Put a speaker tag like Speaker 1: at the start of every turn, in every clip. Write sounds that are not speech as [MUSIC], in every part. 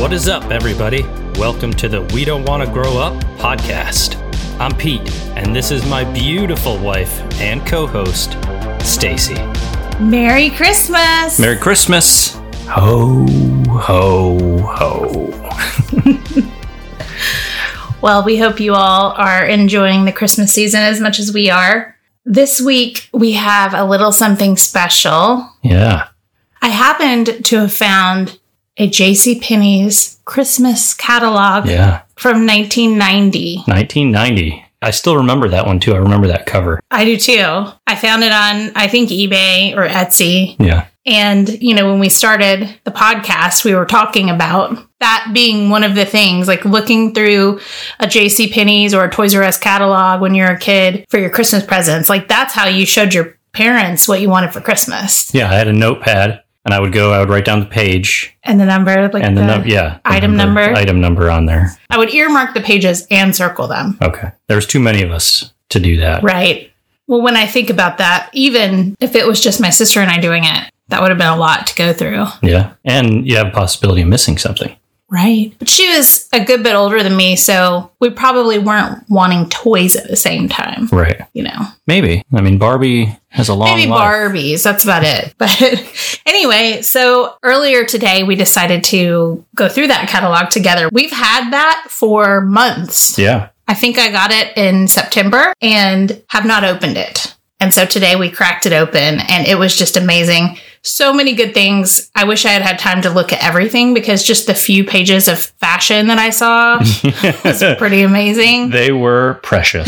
Speaker 1: What is up, everybody? Welcome to the We Don't Want to Grow Up podcast. I'm Pete, and this is my beautiful wife and co host, Stacy.
Speaker 2: Merry Christmas!
Speaker 1: Merry Christmas! Ho, ho, ho.
Speaker 2: well, we hope you all are enjoying the Christmas season as much as we are. This week, we have a little something special.
Speaker 1: yeah.
Speaker 2: I happened to have found a JCPenney's Christmas catalog
Speaker 1: Yeah.
Speaker 2: from 1990.
Speaker 1: 1990. I still remember that one, too. I remember that cover.
Speaker 2: I do too. I found it on, I think, eBay or Etsy.
Speaker 1: Yeah.
Speaker 2: And, you know, when we started the podcast, we were talking about that being one of the things, like looking through a JCPenney's or a Toys R Us catalog when you're a kid for your Christmas presents. Like that's how you showed your parents what you wanted for Christmas
Speaker 1: Yeah. I had a notepad, and I would go, I would write down the page
Speaker 2: and the number, like
Speaker 1: and
Speaker 2: the,
Speaker 1: the, num- yeah. the
Speaker 2: item number.
Speaker 1: Item number on there.
Speaker 2: I would earmark the pages and circle them.
Speaker 1: Okay. There's too many of us to do that.
Speaker 2: Right. Well, when I think about that, even if it was just my sister and I doing it, that would have been a lot to go through.
Speaker 1: Yeah. And you have a possibility of missing something.
Speaker 2: Right. But she was a good bit older than me, so we probably weren't wanting toys at the same time,
Speaker 1: Right.
Speaker 2: you know.
Speaker 1: Maybe. I mean, Barbie has a long
Speaker 2: Maybe
Speaker 1: life.
Speaker 2: Barbies, that's about it. [LAUGHS] But anyway, so earlier today we decided to go through that catalog together. We've had that for months.
Speaker 1: yeah.
Speaker 2: I think I got it in September and have not opened it. And so today we cracked it open and it was just amazing. So many good things. I wish I had had time to look at everything because just the few pages of fashion that I saw
Speaker 1: [LAUGHS]
Speaker 2: was pretty amazing.
Speaker 1: They were
Speaker 2: [LAUGHS]
Speaker 1: precious.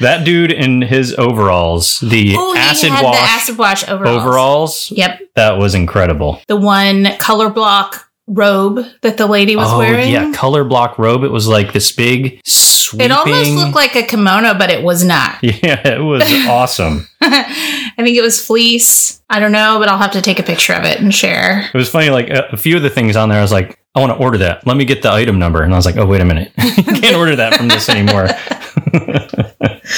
Speaker 1: that dude in his overalls, the
Speaker 2: Oh, he
Speaker 1: acid
Speaker 2: had
Speaker 1: wash
Speaker 2: the acid wash overalls.
Speaker 1: overalls,
Speaker 2: Yep.
Speaker 1: that was incredible.
Speaker 2: The one color block robe that the lady was
Speaker 1: oh,
Speaker 2: wearing.
Speaker 1: yeah. Color block robe. It was like this big sweeping.
Speaker 2: it almost looked like a kimono, but it was not.
Speaker 1: [LAUGHS]
Speaker 2: [LAUGHS]
Speaker 1: Yeah, it was awesome.
Speaker 2: I think it was fleece. I don't know, but I'll have to take a picture of it and share.
Speaker 1: It was funny. Like a, a few of the things on there, I was like, I want to order that. Let me get the item number. And I was like, oh, wait a minute. [LAUGHS] you can't order that from this anymore. [LAUGHS]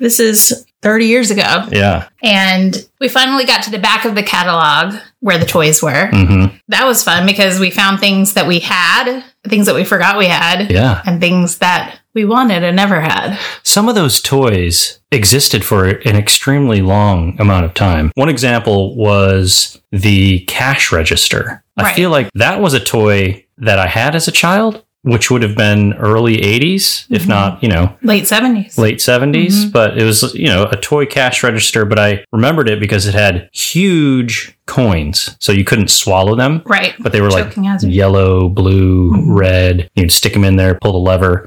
Speaker 2: This is 30 years ago.
Speaker 1: yeah.
Speaker 2: And we finally got to the back of the catalog where the toys were.
Speaker 1: Mm-hmm.
Speaker 2: That was fun because we found things that we had, things that we forgot we had,
Speaker 1: Yeah.
Speaker 2: and things that we wanted and never had.
Speaker 1: Some of those toys existed for an extremely long amount of time. One example was the cash register. I
Speaker 2: Right.
Speaker 1: feel like that was a toy that I had as a child, which would have been early 80s, if
Speaker 2: Mhm.
Speaker 1: not, you know,
Speaker 2: Late 70s.
Speaker 1: late 70s. But it was, you know, a toy cash register, but I remembered it because it had huge coins. So you couldn't swallow them,
Speaker 2: Right.
Speaker 1: but they were like
Speaker 2: Choking hazard. Mm-hmm.
Speaker 1: yellow, blue, red. You'd stick them in there, pull the lever.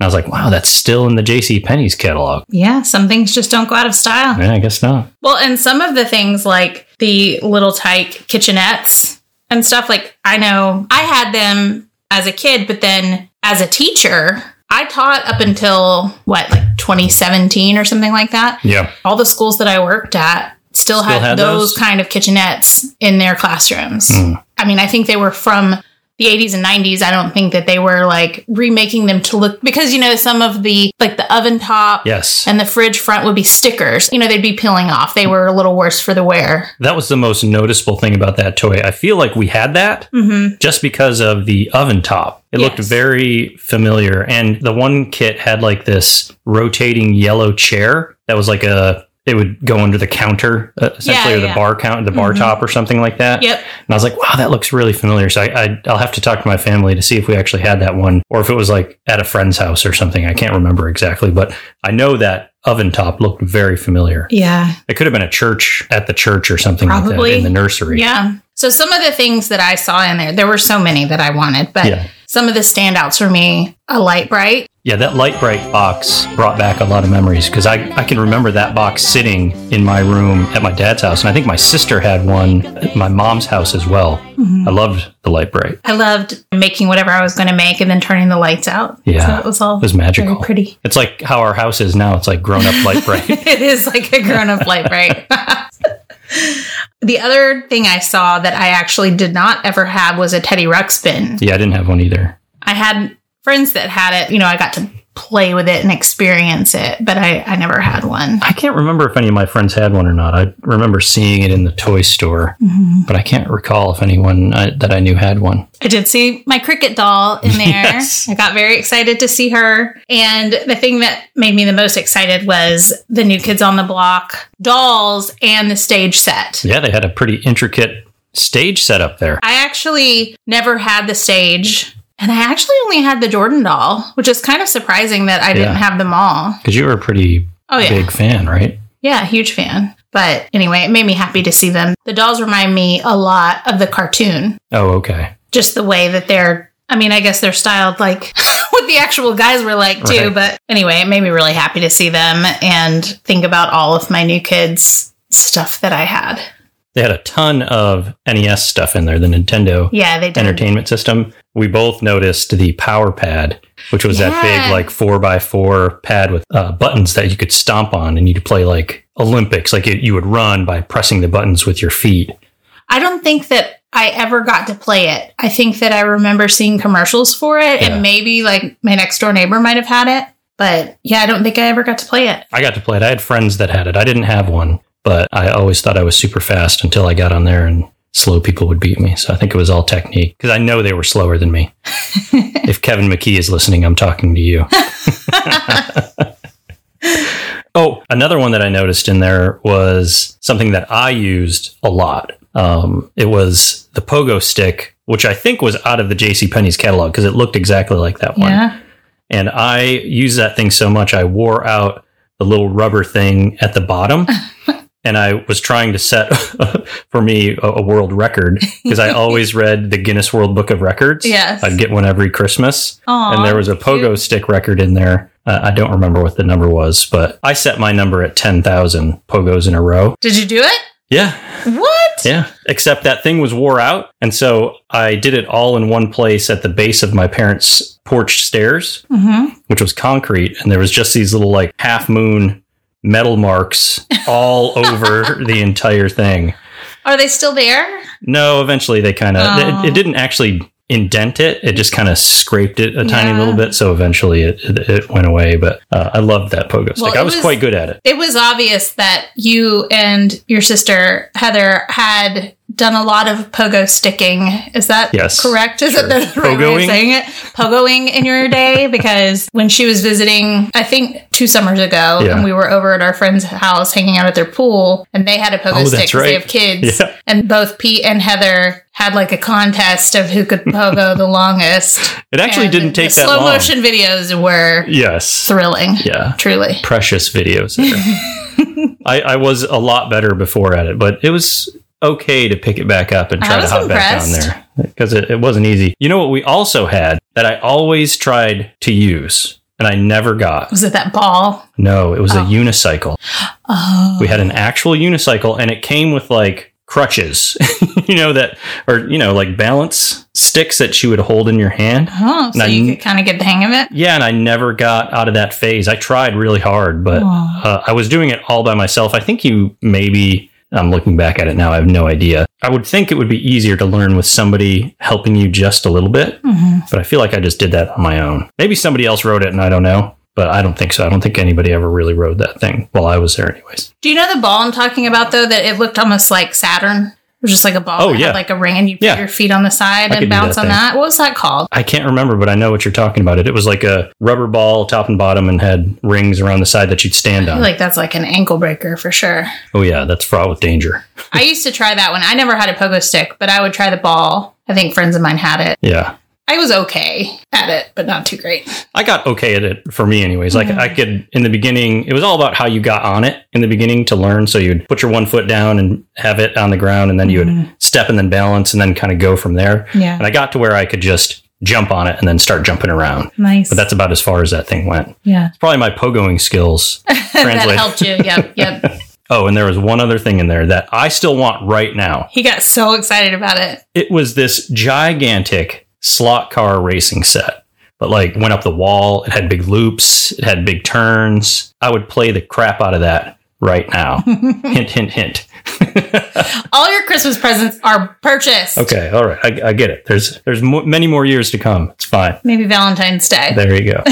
Speaker 1: And I was like, wow, that's still in the J.C. Penney's catalog.
Speaker 2: Yeah, some things just don't go out of style.
Speaker 1: Yeah, I guess not.
Speaker 2: Well, and some of the things like the little tyke kitchenettes and stuff, like I know I had them as a kid, but then as a teacher, I taught up until what, like 2017 or something like that.
Speaker 1: Yeah.
Speaker 2: All the schools that I worked at still,
Speaker 1: Still
Speaker 2: had,
Speaker 1: had
Speaker 2: those,
Speaker 1: those?
Speaker 2: kind of kitchenettes in their classrooms.
Speaker 1: Hmm.
Speaker 2: I mean, I think they were from the 80s and 90s. I don't think that they were like remaking them to look because, you know, some of the like the oven top
Speaker 1: Yes.
Speaker 2: and the fridge front would be stickers. You know, they'd be peeling off. They were a little worse for the wear.
Speaker 1: that was the most noticeable thing about that toy. I feel like we had that
Speaker 2: Mm-hmm.
Speaker 1: just because of the oven top. It looked
Speaker 2: Yes.
Speaker 1: very familiar. And the one kit had like this rotating yellow chair that was like a, it would go under the counter, uh, essentially, or the
Speaker 2: yeah.
Speaker 1: bar count, the bar
Speaker 2: Mhm.
Speaker 1: top, or something like that.
Speaker 2: Yep.
Speaker 1: And I was like, wow, that looks really familiar. So I, I, I'll have to talk to my family to see if we actually had that one or if it was like at a friend's house or something. I can't remember exactly, but I know that oven top looked very familiar.
Speaker 2: Yeah.
Speaker 1: It could have been a church at the church or something like
Speaker 2: Probably.
Speaker 1: that in the nursery.
Speaker 2: Yeah. So some of the things that I saw in there, there were so many that I wanted, but
Speaker 1: Yeah.
Speaker 2: some of the standouts for me, a light bright.
Speaker 1: Yeah, that light bright box brought back a lot of memories because I, I can remember that box sitting in my room at my dad's house. And I think my sister had one at my mom's house as well.
Speaker 2: Mm-hmm.
Speaker 1: I loved the light bright. It
Speaker 2: I loved making whatever I was going to make and then turning the lights out.
Speaker 1: Yeah.
Speaker 2: So it was all
Speaker 1: was
Speaker 2: very
Speaker 1: magical.
Speaker 2: pretty.
Speaker 1: It's like how our house is now. It's like grown up light bright.
Speaker 2: [LAUGHS] it is like a grown up life, right? [LAUGHS] the other thing I saw that I actually did not ever have was a Teddy Ruxpin.
Speaker 1: Yeah, I didn't have one either.
Speaker 2: I had friends that had it, you know, I got to play with it and experience it, but I, I never had one.
Speaker 1: I can't remember if any of my friends had one or not. I remember seeing it in the toy store,
Speaker 2: Mm-hmm.
Speaker 1: but I can't recall if anyone I, that I knew had one.
Speaker 2: I did see my cricket doll
Speaker 1: [LAUGHS]
Speaker 2: in there.
Speaker 1: Yes.
Speaker 2: I got very excited to see her. And the thing that made me the most excited was the New Kids on the Block dolls and the stage set.
Speaker 1: Yeah, they had a pretty intricate stage setup there.
Speaker 2: I actually never had the stage. And I actually only had the Jordan doll, which is kind of surprising that I didn't
Speaker 1: Yeah.
Speaker 2: have them all.
Speaker 1: Because you were a pretty
Speaker 2: Oh, yeah.
Speaker 1: big fan, right?
Speaker 2: Yeah, huge fan. But anyway, it made me happy to see them. The dolls remind me a lot of the cartoon,
Speaker 1: Oh, okay.
Speaker 2: just the way that they're, I mean, I guess they're styled like [LAUGHS] what the actual guys were like too.
Speaker 1: Right.
Speaker 2: But anyway, it made me really happy to see them and think about all of my new kids' stuff that I had.
Speaker 1: They had a ton of NES stuff in there, the Nintendo
Speaker 2: Yeah, they did.
Speaker 1: entertainment system. We both noticed the power pad, which was that
Speaker 2: Yeah.
Speaker 1: big, like four by four pad with uh, buttons that you could stomp on, and you could play like Olympics. Like it, you would run by pressing the buttons with your feet.
Speaker 2: I don't think that I ever got to play it. I think that I remember seeing commercials for it,
Speaker 1: Yeah.
Speaker 2: and maybe like my next door neighbor might have had it. But yeah, I don't think I ever got to play it.
Speaker 1: I got to play it. I had friends that had it. I didn't have one, but I always thought I was super fast until I got on there and slow people would beat me. So I think it was all technique because I know they were slower than me. if Kevin McKee is listening, I'm talking to you. oh, another one that I noticed in there was something that I used a lot. Um, it was the pogo stick, which I think was out of the JCPenney's catalog because it looked exactly like that one.
Speaker 2: Yeah.
Speaker 1: And I used that thing so much, I wore out the little rubber thing at the
Speaker 2: [LAUGHS]
Speaker 1: bottom. and I was trying to set, [LAUGHS] for me, a, a world record because I
Speaker 2: [LAUGHS]
Speaker 1: always read the Guinness World Book of Records.
Speaker 2: Yes.
Speaker 1: I'd get one every Christmas.
Speaker 2: Aw,
Speaker 1: and there was a pogo
Speaker 2: cute.
Speaker 1: stick record in there. Uh, I don't remember what the number was, but I set my number at 10,000 pogos in a row.
Speaker 2: Did you do it?
Speaker 1: Yeah.
Speaker 2: What?
Speaker 1: Yeah. Except that thing was wore out. And so I did it all in one place at the base of my parents' porch stairs
Speaker 2: Mm-hmm.
Speaker 1: which was concrete, and there was just these little like half moon metal
Speaker 2: [LAUGHS]
Speaker 1: marks all over the entire thing.
Speaker 2: Are they still there?
Speaker 1: No, eventually they kind of
Speaker 2: Oh.
Speaker 1: it, it didn't actually indent it; it just kind of scraped it a tiny
Speaker 2: Yeah.
Speaker 1: little bit. So eventually it it, it went away. But uh, I loved that pogo stick.
Speaker 2: Well, it
Speaker 1: I was,
Speaker 2: was-
Speaker 1: quite good at it.
Speaker 2: It was obvious that you and your sister Heather had done a lot of pogo sticking. Is that
Speaker 1: Yes.
Speaker 2: correct? Is
Speaker 1: Sure.
Speaker 2: that the right way of
Speaker 1: Pogoing?
Speaker 2: saying it? Pogoing in your
Speaker 1: [LAUGHS]
Speaker 2: day because when she was visiting, I think two summers ago,
Speaker 1: Yeah.
Speaker 2: and we were over at our friend's house hanging out at their pool, and they had a pogo
Speaker 1: Oh,
Speaker 2: stick
Speaker 1: that's
Speaker 2: 'cause they
Speaker 1: right.
Speaker 2: have kids,
Speaker 1: Yeah.
Speaker 2: and both Pete and Heather had like a contest of who could pogo the longest.
Speaker 1: It [LAUGHS] actually
Speaker 2: And
Speaker 1: didn't take
Speaker 2: the
Speaker 1: that
Speaker 2: slow
Speaker 1: long.
Speaker 2: motion videos were
Speaker 1: Yes.
Speaker 2: thrilling.
Speaker 1: Yeah.
Speaker 2: Truly.
Speaker 1: precious videos.
Speaker 2: [LAUGHS]
Speaker 1: there. I, I was a lot better before at it, but it was okay to pick it back up and
Speaker 2: I
Speaker 1: try to
Speaker 2: was
Speaker 1: hop
Speaker 2: impressed.
Speaker 1: back on there because it, it wasn't easy. You know what we also had that I always tried to use and I never got?
Speaker 2: Was it that ball?
Speaker 1: No, it was
Speaker 2: Oh.
Speaker 1: a unicycle.
Speaker 2: Oh.
Speaker 1: We had an actual unicycle and it came with like crutches, [LAUGHS] you know, that, or, you know, like balance sticks that you would hold in your hand.
Speaker 2: Oh, so
Speaker 1: Now
Speaker 2: you
Speaker 1: you-
Speaker 2: could kind of get the hang of it.
Speaker 1: Yeah, and I never got out of that phase. I tried really hard, but
Speaker 2: Aw.
Speaker 1: uh, I was doing it all by myself. I think you maybe, I'm looking back at it now, I have no idea. I would think it would be easier to learn with somebody helping you just a little bit,
Speaker 2: Mhm.
Speaker 1: but I feel like I just did that on my own. Maybe somebody else wrote it and I don't know, but I don't think so. I don't think anybody ever really rode that thing while I was there, anyways.
Speaker 2: Do you know the ball I'm talking about though? That it looked almost like Saturn. It was just like a ball.
Speaker 1: Oh,
Speaker 2: that had,
Speaker 1: yeah.
Speaker 2: like a ring, and you put
Speaker 1: Yeah.
Speaker 2: your feet on the side
Speaker 1: could
Speaker 2: and
Speaker 1: do
Speaker 2: bounce
Speaker 1: that
Speaker 2: on
Speaker 1: thing.
Speaker 2: that. What was that called?
Speaker 1: I can't remember, but I know what you're talking about. It, it was like a rubber ball top and bottom and had rings around the side that you'd stand
Speaker 2: I
Speaker 1: on.
Speaker 2: feel like that's like an ankle breaker for sure.
Speaker 1: oh, yeah, that's fraught with danger. [LAUGHS]
Speaker 2: I used to try that one. I never had a pogo stick, but I would try the ball. I think friends of mine had it.
Speaker 1: Yeah.
Speaker 2: I was okay at it, but not too great.
Speaker 1: I got okay at it for me, anyways. Like
Speaker 2: Mm-hmm.
Speaker 1: I could in the beginning, it was all about how you got on it in the beginning to learn. So you'd put your one foot down and have it on the ground, and then you
Speaker 2: Mm-hmm.
Speaker 1: would step and then balance, and then kind of go from there.
Speaker 2: Yeah.
Speaker 1: And I got to where I could just jump on it and then start jumping around.
Speaker 2: Nice.
Speaker 1: But that's about as far as that thing went.
Speaker 2: yeah.
Speaker 1: It's probably my pogoing skills
Speaker 2: [LAUGHS] that
Speaker 1: translated.
Speaker 2: helped you. Yep.
Speaker 1: [LAUGHS]
Speaker 2: Yep.
Speaker 1: oh, and there was one other thing in there that I still want right now.
Speaker 2: he got so excited about it.
Speaker 1: It was this gigantic slot car racing set. but like went up the wall. It had big loops. It
Speaker 2: [LAUGHS]
Speaker 1: had big turns. I would play the crap out of that right now. hint, hint, hint.
Speaker 2: All your Christmas presents are purchased.
Speaker 1: Okay, all right, I, I get it. There's there's mo- many more years to come. It's fine.
Speaker 2: Maybe Valentine's Day.
Speaker 1: There you
Speaker 2: [LAUGHS]
Speaker 1: go.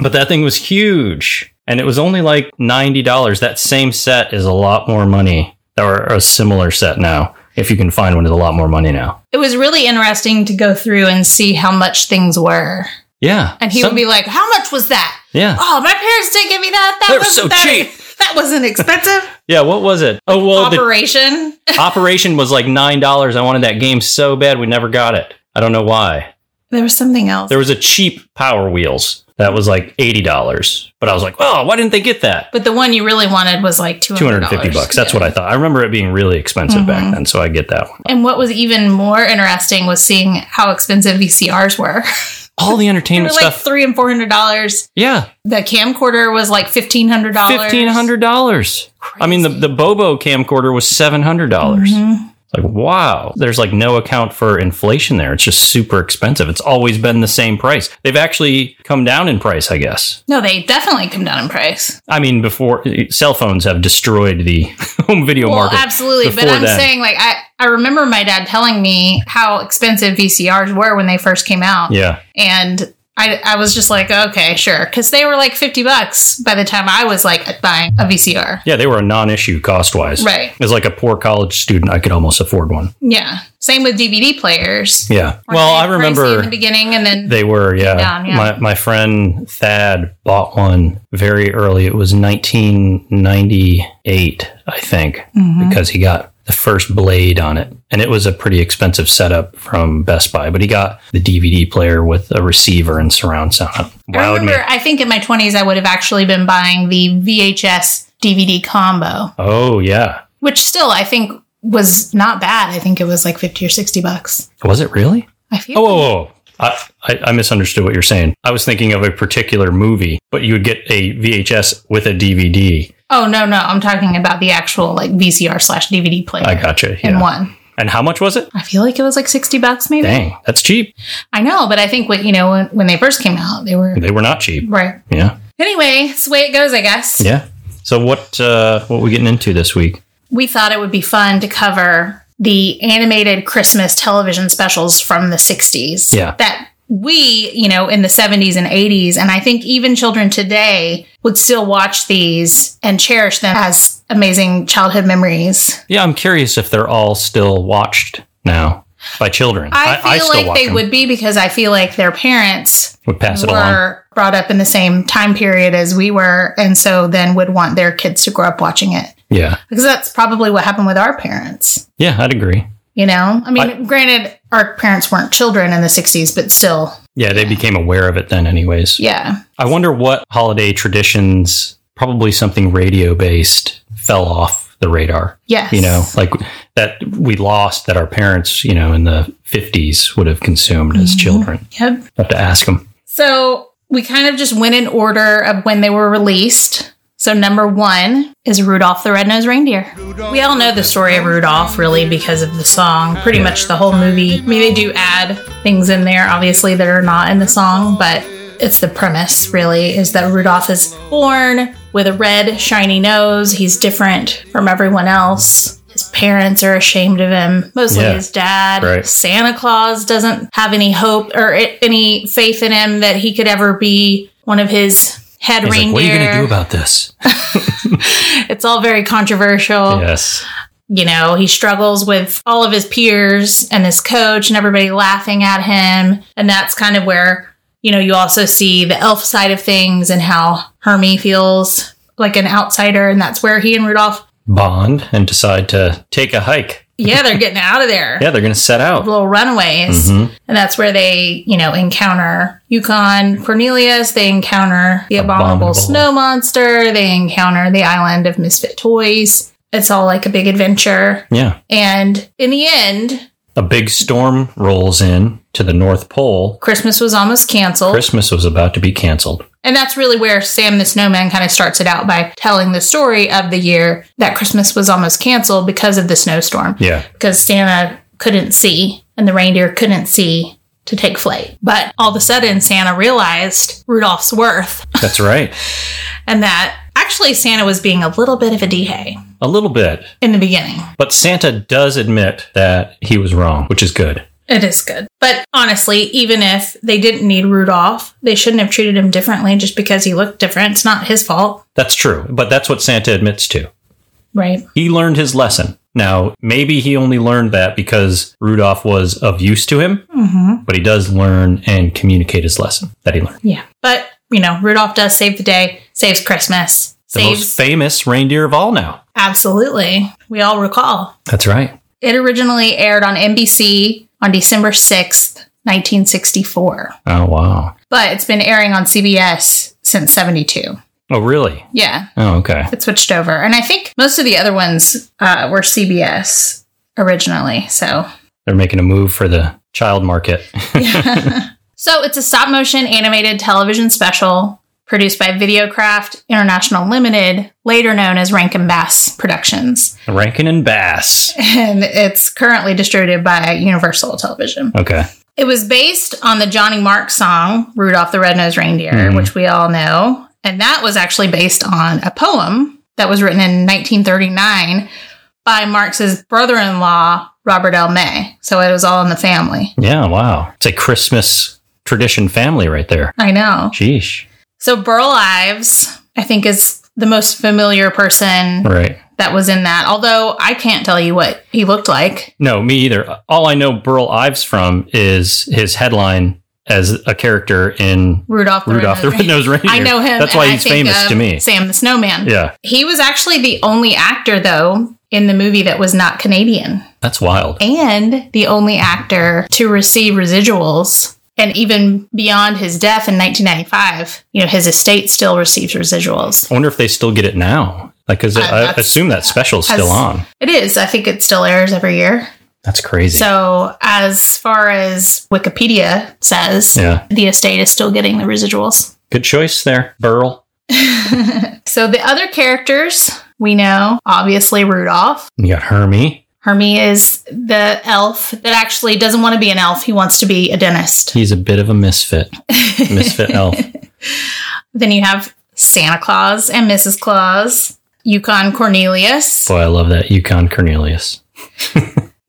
Speaker 1: but that thing was huge, and it was only like ninety dollars. That same set is a lot more money, or a similar set now. If you can find one, is a lot more money now.
Speaker 2: It was really interesting to go through and see how much things were.
Speaker 1: Yeah,
Speaker 2: And he
Speaker 1: Some-
Speaker 2: would be like, How much was that?
Speaker 1: yeah.
Speaker 2: Oh, my parents didn't give me that. That
Speaker 1: They're
Speaker 2: was
Speaker 1: so
Speaker 2: that,
Speaker 1: cheap.
Speaker 2: [LAUGHS] That wasn't expensive.
Speaker 1: Yeah, what was it? [LAUGHS] Oh, well,
Speaker 2: Operation.
Speaker 1: the operation was like $9. I wanted that game so bad, we never got it. I don't know why.
Speaker 2: There was something else.
Speaker 1: There was a cheap Power Wheels that was like $80, but I was like, oh, why didn't they get that?
Speaker 2: but the one you really wanted was like $200.
Speaker 1: 250 bucks. That's what I thought. I remember it being really expensive
Speaker 2: Mm-hmm.
Speaker 1: back then, so I get that one.
Speaker 2: And what was even more interesting was seeing how expensive VCRs were. [LAUGHS]
Speaker 1: All the
Speaker 2: they were
Speaker 1: entertainment
Speaker 2: like
Speaker 1: stuff.
Speaker 2: three and four hundred dollars.
Speaker 1: yeah,
Speaker 2: The camcorder was like fifteen hundred dollars.
Speaker 1: $1,500. I mean, the, the Bobo camcorder was $700. dollars
Speaker 2: Mm-hmm.
Speaker 1: Like, wow, there's like no account for inflation there. It's just super expensive. It's always been the same price. They've actually come down in price, I guess.
Speaker 2: No, they definitely come down in price.
Speaker 1: I mean, before eh, cell phones have destroyed the [LAUGHS] home video
Speaker 2: Well,
Speaker 1: market.
Speaker 2: absolutely. But
Speaker 1: before
Speaker 2: I'm
Speaker 1: then.
Speaker 2: saying like I, I remember my dad telling me how expensive VCRs were when they first came out.
Speaker 1: Yeah,
Speaker 2: And I, I was just like, okay, sure. Because they were like 50 bucks by the time I was like buying a VCR.
Speaker 1: yeah, they were a non-issue cost-wise.
Speaker 2: Right.
Speaker 1: As like a poor college student, I could almost afford one.
Speaker 2: Yeah. Same with DVD players.
Speaker 1: Yeah.
Speaker 2: Weren't
Speaker 1: well,
Speaker 2: they
Speaker 1: I
Speaker 2: pricey in the
Speaker 1: remember
Speaker 2: beginning and then
Speaker 1: they were. Yeah.
Speaker 2: down, yeah.
Speaker 1: My my friend Thad bought one very early. It was 1998, I think,
Speaker 2: Mm-hmm.
Speaker 1: because he got the first blade on it, and it was a pretty expensive setup from Best Buy. But he got the DVD player with a receiver and surround sound.
Speaker 2: I
Speaker 1: Wowed me.
Speaker 2: remember I think in my 20s I would have actually been buying the VHS DVD combo,
Speaker 1: Oh yeah.
Speaker 2: which still I think was not bad. I think it was like 50 or 60 bucks.
Speaker 1: Was it really?
Speaker 2: I feel
Speaker 1: Oh, oh, oh. I, I, I misunderstood what you're saying. I was thinking of a particular movie, but you would get a VHS with a DVD.
Speaker 2: Oh no, no, I'm talking about the actual like VCR slash DVD player
Speaker 1: I gotcha.
Speaker 2: in
Speaker 1: Yeah.
Speaker 2: one.
Speaker 1: And how much was it?
Speaker 2: I feel like it was like sixty bucks, maybe.
Speaker 1: Dang, that's cheap.
Speaker 2: I know, but I think what you know when, when they first came out, they were
Speaker 1: They were not cheap.
Speaker 2: right.
Speaker 1: Yeah,
Speaker 2: Anyway, it's the way it goes, I guess.
Speaker 1: yeah. So what uh, what we getting into this week?
Speaker 2: We thought it would be fun to cover the animated Christmas television specials from the '60s.
Speaker 1: Yeah.
Speaker 2: that we, you know, in the '70s and '80s, and I think even children today would still watch these and cherish them as amazing childhood memories.
Speaker 1: Yeah, I'm curious if they're all still watched now by children.
Speaker 2: I feel like they
Speaker 1: them.
Speaker 2: would be because I feel like their parents
Speaker 1: would pass it along.
Speaker 2: were brought up in the same time period as we were, and so then would want their kids to grow up watching it
Speaker 1: Yeah,
Speaker 2: because that's probably what happened with our parents.
Speaker 1: yeah, I'd agree.
Speaker 2: You know, I mean,
Speaker 1: I-
Speaker 2: granted, our parents weren't children in the '60s, but still,
Speaker 1: Yeah, they became aware of it then, anyways.
Speaker 2: yeah.
Speaker 1: I wonder what holiday traditions, probably something radio based, fell off the radar.
Speaker 2: Yes.
Speaker 1: You know, like that we lost that our parents, you know, in the 50s would have consumed as children.
Speaker 2: Yep.
Speaker 1: Have to ask them.
Speaker 2: So we kind of just went in order of when they were released. So number one is Rudolph the Red-Nosed Reindeer. We all know the story of Rudolph really because of the song, pretty much the whole movie. I mean, they do add things in there, obviously, that are not in the song, but it's the premise really is that Rudolph is born with a red, shiny nose. He's different from everyone else. His parents are ashamed of him, mostly
Speaker 1: Yeah.
Speaker 2: his dad.
Speaker 1: Right.
Speaker 2: Santa Claus doesn't have any hope or i- any faith in him that he could ever be one of his head
Speaker 1: He's
Speaker 2: reindeer.
Speaker 1: like, what are you going to do about this?
Speaker 2: it's all very controversial.
Speaker 1: Yes.
Speaker 2: You know, he struggles with all of his peers and his coach and everybody laughing at him. And that's kind of where, you know, you also see the elf side of things and how Hermie feels like an outsider. And that's where he and Rudolph,
Speaker 1: Bond and decide to take a hike.
Speaker 2: yeah, they're getting out of there.
Speaker 1: Yeah, they're going to set out.
Speaker 2: little runaways. And that's where they, you know, encounter Yukon Cornelius. They encounter the abominable,
Speaker 1: Abominable.
Speaker 2: snow monster. They encounter the island of misfit toys. It's all like a big adventure.
Speaker 1: Yeah.
Speaker 2: And in the end,
Speaker 1: A big storm rolls in to the North Pole.
Speaker 2: Christmas was almost canceled.
Speaker 1: Christmas was about to be canceled.
Speaker 2: and that's really where Sam the Snowman kind of starts it out by telling the story of the year that Christmas was almost canceled because of the snowstorm.
Speaker 1: Yeah.
Speaker 2: because Santa couldn't see and the reindeer couldn't see to take flight. But all of a sudden, Santa realized Rudolph's worth
Speaker 1: That's right.
Speaker 2: and that actually Santa was being a little bit of a d-hay
Speaker 1: A little bit.
Speaker 2: in the beginning.
Speaker 1: But Santa does admit that he was wrong, which is good.
Speaker 2: It is good. But honestly, even if they didn't need Rudolph, they shouldn't have treated him differently just because he looked different. It's not his fault,
Speaker 1: That's true. But that's what Santa admits to.
Speaker 2: right?
Speaker 1: He learned his lesson. Now, maybe he only learned that because Rudolph was of use to him,
Speaker 2: Mm-hmm.
Speaker 1: but he does learn and communicate his lesson that he learned.
Speaker 2: Yeah. But, you know, Rudolph does save the day, saves Christmas,
Speaker 1: The
Speaker 2: saves.
Speaker 1: most famous reindeer of all now.
Speaker 2: absolutely. We all recall.
Speaker 1: That's right.
Speaker 2: It originally aired on NBC on December 6th, 1964.
Speaker 1: Oh, wow.
Speaker 2: But it's been airing on CBS since 72.
Speaker 1: Oh, really?
Speaker 2: Yeah.
Speaker 1: Oh, okay.
Speaker 2: It switched over. And I think most of the other ones uh, were CBS originally. So
Speaker 1: They're making a move for the child market. [LAUGHS]
Speaker 2: So it's a stop motion animated television special produced by Videocraft International Limited, later known as Rankin Bass Productions. [LAUGHS]
Speaker 1: Rankin and Bass.
Speaker 2: And it's currently distributed by Universal Television.
Speaker 1: Okay.
Speaker 2: It was based on the Johnny Marks song, Rudolph the Red-Nosed Reindeer,
Speaker 1: Mhm.
Speaker 2: which we all know. And that was actually based on a poem that was written in 1939 by Marx's brother in law, Robert L. May. So it was all in the family.
Speaker 1: Yeah, wow. It's a Christmas tradition family right there.
Speaker 2: I know.
Speaker 1: Sheesh.
Speaker 2: So Burl Ives, I think, is the most familiar person
Speaker 1: Right.
Speaker 2: that was in that. Although I can't tell you what he looked like.
Speaker 1: No, me either. All I know Burl Ives from is his headline as a character in
Speaker 2: Rudolph the
Speaker 1: Rudolph the
Speaker 2: Red-Nosed
Speaker 1: Red-Nosed Reindeer.
Speaker 2: I know him.
Speaker 1: That's
Speaker 2: and
Speaker 1: why
Speaker 2: I
Speaker 1: he's
Speaker 2: think
Speaker 1: famous
Speaker 2: of
Speaker 1: to me.
Speaker 2: Sam the Snowman.
Speaker 1: Yeah.
Speaker 2: He was actually the only actor, though, in the movie that was not Canadian,
Speaker 1: That's wild.
Speaker 2: and the only actor to receive residuals. And even beyond his death in 1995, you know, his estate still receives residuals.
Speaker 1: I wonder if they still get it now. Like, cause
Speaker 2: Uh,
Speaker 1: I
Speaker 2: that's-
Speaker 1: assume that special's still
Speaker 2: has-
Speaker 1: on.
Speaker 2: It is. I think it still airs every year.
Speaker 1: That's crazy.
Speaker 2: So, as far as Wikipedia says,
Speaker 1: yeah.
Speaker 2: the estate is still getting the residuals.
Speaker 1: Good choice there, Burl.
Speaker 2: So, the other characters we know obviously Rudolph.
Speaker 1: You got Hermie.
Speaker 2: Hermie is the elf that actually doesn't want to be an elf, he wants to be a dentist.
Speaker 1: He's a bit of a misfit. [LAUGHS] Misfit elf.
Speaker 2: [LAUGHS] Then you have Santa Claus and Mrs. Claus, Yukon Cornelius.
Speaker 1: Boy, I love that. Yukon Cornelius.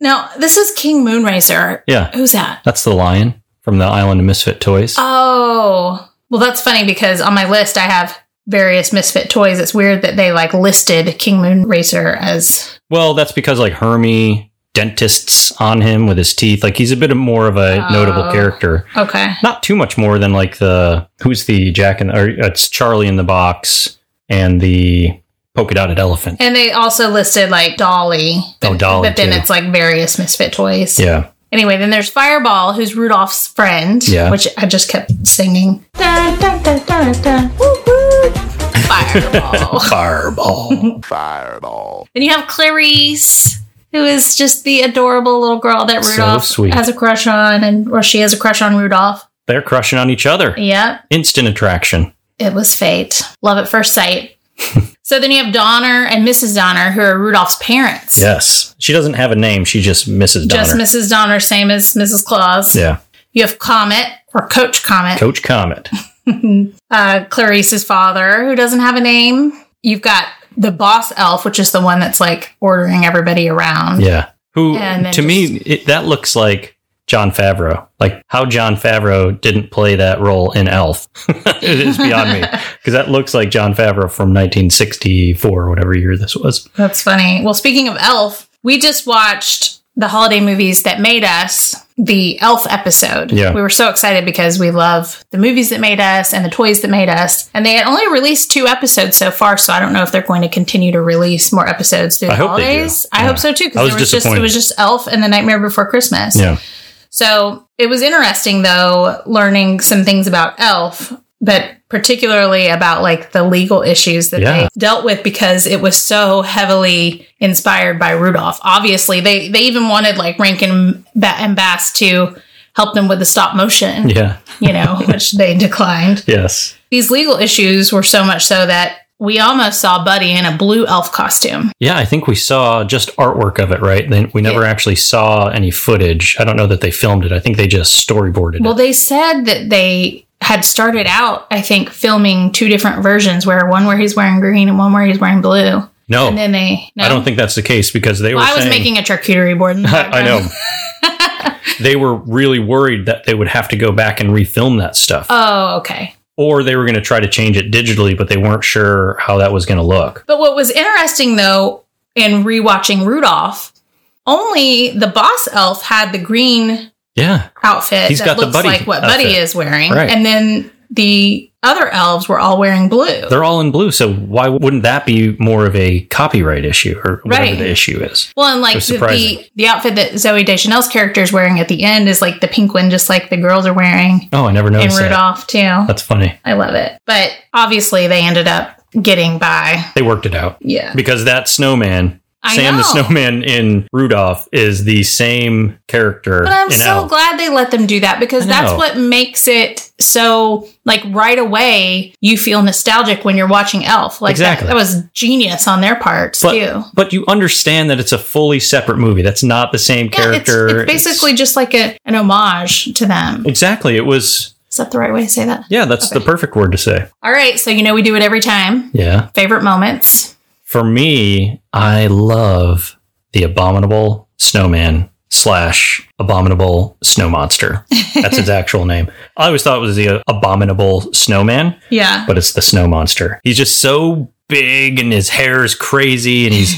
Speaker 2: Now, this is King Moonracer.
Speaker 1: Yeah.
Speaker 2: Who's that?
Speaker 1: That's the lion from the Island of Misfit Toys.
Speaker 2: Oh, well, that's funny because on my list I have various Misfit toys. It's weird that they like listed King Moon Racer as
Speaker 1: Well, that's because like Hermie dentists on him with his teeth. Like he's a bit more of a
Speaker 2: Oh.
Speaker 1: notable character.
Speaker 2: okay.
Speaker 1: Not too much more than like the who's the Jack and or it's Charlie in the Box and the polka dotted elephant.
Speaker 2: And they also listed like Dolly.
Speaker 1: Oh, Dolly,
Speaker 2: But then
Speaker 1: too.
Speaker 2: it's like various Misfit toys.
Speaker 1: Yeah,
Speaker 2: Anyway, then there's Fireball, who's Rudolph's friend.
Speaker 1: Yeah.
Speaker 2: Which I just kept singing. [LAUGHS] Dun, dun, dun, dun, dun, woo, woo. Fireball. [LAUGHS]
Speaker 1: Fireball.
Speaker 3: Fireball.
Speaker 2: then you have Clarice, who is just the adorable little girl that
Speaker 1: So
Speaker 2: Rudolph
Speaker 1: sweet.
Speaker 2: has a crush on, and or she has a crush on Rudolph.
Speaker 1: They're crushing on each other.
Speaker 2: Yep.
Speaker 1: Instant attraction.
Speaker 2: It was fate. Love at
Speaker 1: [LAUGHS]
Speaker 2: first sight. so then you have Donner and Mrs. Donner, who are Rudolph's parents.
Speaker 1: Yes, she doesn't have a name. She just misses Donner.
Speaker 2: Just Mrs. Donner, same as Mrs. Claus.
Speaker 1: yeah,
Speaker 2: You have Comet or Coach Comet,
Speaker 1: Coach Comet.
Speaker 2: uh, Clarice's father, who doesn't have a name. You've got the boss elf, which is the one that's like ordering everybody around.
Speaker 1: Yeah, who
Speaker 2: And
Speaker 1: to
Speaker 2: then
Speaker 1: me it, that looks like John Favreau. Like how John Favreau didn't play that role in Elf [LAUGHS] it is beyond me
Speaker 2: [LAUGHS]
Speaker 1: because that looks like John Favreau from 1964 or whatever year this was.
Speaker 2: That's funny. Well, speaking of Elf, we just watched the holiday movies that made us the Elf episode.
Speaker 1: Yeah.
Speaker 2: We were so excited because we love the movies that made us and the toys that made us. And they had only released two episodes so far, so I don't know if they're going to continue to release more episodes through
Speaker 1: I
Speaker 2: the
Speaker 1: hope they do.
Speaker 2: holidays. I
Speaker 1: Yeah.
Speaker 2: hope so too,
Speaker 1: I
Speaker 2: because
Speaker 1: was
Speaker 2: there was just it
Speaker 1: disappointed.
Speaker 2: was just Elf and the Nightmare Before Christmas.
Speaker 1: Yeah,
Speaker 2: So it was interesting though, learning some things about Elf, but particularly about like the legal issues that
Speaker 1: Yeah.
Speaker 2: they dealt with because it was so heavily inspired by Rudolph. Obviously, they they even wanted like Rankin Ba- and Bass to help them with the stop motion,
Speaker 1: yeah,
Speaker 2: you
Speaker 1: [LAUGHS]
Speaker 2: know, which they declined.
Speaker 1: yes,
Speaker 2: These legal issues were so much so that we almost saw Buddy in a blue elf costume.
Speaker 1: yeah. I think we saw just artwork of it, right? Then we never actually saw any footage. I don't know that they filmed it. I think they just storyboarded
Speaker 2: Well,
Speaker 1: it.
Speaker 2: they said that they had started out, I think, filming two different versions where one where he's wearing green and one where he's wearing blue.
Speaker 1: No,
Speaker 2: And then they, no.
Speaker 1: Oh, I don't think that's the case because they
Speaker 2: well,
Speaker 1: were.
Speaker 2: I was
Speaker 1: saying-
Speaker 2: making a
Speaker 1: [LAUGHS]
Speaker 2: charcuterie board. In the
Speaker 1: I
Speaker 2: background. [LAUGHS]
Speaker 1: know. they were really worried that they would have to go back and refilm that stuff,
Speaker 2: Oh, okay.
Speaker 1: or they were going to try to change it digitally, but they weren't sure how that was going to look.
Speaker 2: But what was interesting though, in rewatching Rudolph, only the boss elf had the green
Speaker 1: Yeah,
Speaker 2: outfit
Speaker 1: He's
Speaker 2: that
Speaker 1: got the
Speaker 2: looks
Speaker 1: Buddy
Speaker 2: like what Buddy
Speaker 1: outfit.
Speaker 2: is wearing.
Speaker 1: Right.
Speaker 2: And then the other elves were all wearing blue.
Speaker 1: they're all in blue, so why wouldn't that be more of a copyright issue or whatever
Speaker 2: Right.
Speaker 1: the issue is?
Speaker 2: well, and like
Speaker 1: was
Speaker 2: the,
Speaker 1: surprising.
Speaker 2: the the outfit that Zoe Deschanel's character is wearing at the end is like the pink one, just like the girls are wearing
Speaker 1: Oh, I never
Speaker 2: in
Speaker 1: noticed that.
Speaker 2: Rudolph too.
Speaker 1: That's funny.
Speaker 2: I love it. But obviously, they ended up getting by.
Speaker 1: They worked it out
Speaker 2: Yeah,
Speaker 1: because that snowman.
Speaker 2: I
Speaker 1: Sam the
Speaker 2: know.
Speaker 1: Snowman in Rudolph is the same character.
Speaker 2: But I'm
Speaker 1: in
Speaker 2: so
Speaker 1: Elf.
Speaker 2: glad they let them do that because
Speaker 1: I
Speaker 2: that's
Speaker 1: know.
Speaker 2: what makes it so like right away you feel nostalgic when you're watching Elf. Like that-
Speaker 1: Exactly.
Speaker 2: that, was genius on their parts
Speaker 1: But-
Speaker 2: too.
Speaker 1: But you understand that it's a fully separate movie. That's not the same
Speaker 2: Yeah, it's,
Speaker 1: character.
Speaker 2: it's basically just like a, an homage to them.
Speaker 1: It's- exactly. It was
Speaker 2: Is that the right way to say that?
Speaker 1: yeah. That's the perfect word to say.
Speaker 2: All right, so you know we do it every time.
Speaker 1: Yeah.
Speaker 2: Favorite moments.
Speaker 1: For me, I love the abominable snowman slash abominable snow monster. That's
Speaker 2: [LAUGHS]
Speaker 1: its actual name. I always thought it was the abominable snowman,
Speaker 2: Yeah.
Speaker 1: but it's the snow monster. He's just so big and his hair is crazy and
Speaker 2: [LAUGHS]
Speaker 1: he's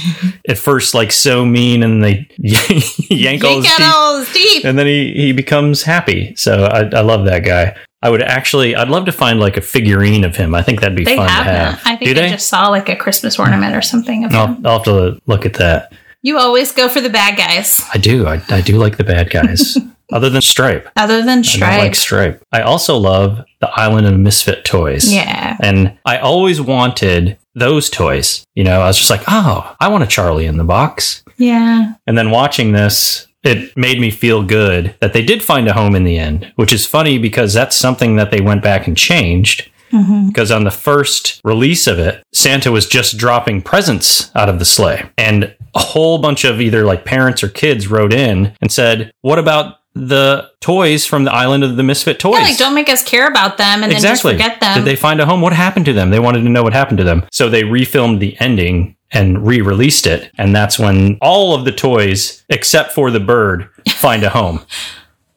Speaker 1: at first like so mean and they [LAUGHS] yank all his
Speaker 2: Yank out
Speaker 1: teeth
Speaker 2: all his teeth.
Speaker 1: and then he he becomes happy. So I, I love that guy. I would actually I'd love to find like a figurine of him. I think that'd be
Speaker 2: They
Speaker 1: fun
Speaker 2: have
Speaker 1: to have.
Speaker 2: them. I
Speaker 1: Do
Speaker 2: think
Speaker 1: they?
Speaker 2: I just saw like a Christmas ornament or something of
Speaker 1: I'll,
Speaker 2: them.
Speaker 1: I'll have to look at that.
Speaker 2: You always go for the bad guys,
Speaker 1: I do. I, I do like the bad guys. Other than Stripe.
Speaker 2: other than
Speaker 1: I don't like
Speaker 2: Stripe.
Speaker 1: Stripe. I also love the Island of Misfit toys.
Speaker 2: yeah.
Speaker 1: And I always wanted those toys. You know, I was just like, oh, I want a Charlie in the box.
Speaker 2: Yeah.
Speaker 1: And then watching this, it made me feel good that they did find a home in the end, which is funny because that's something that they went back and changed.
Speaker 2: Mhm.
Speaker 1: Because on the first release of it, Santa was just dropping presents out of the sleigh. And a whole bunch of either like parents or kids wrote in and said, What about the toys from the island of the Misfit Toys?
Speaker 2: Yeah, like don't make us care about them and then just forget them.
Speaker 1: Did they find a home? What happened to them? They wanted to know what happened to them. So they refilmed the ending and re released it. And that's when all of the toys, except for the bird, find a home.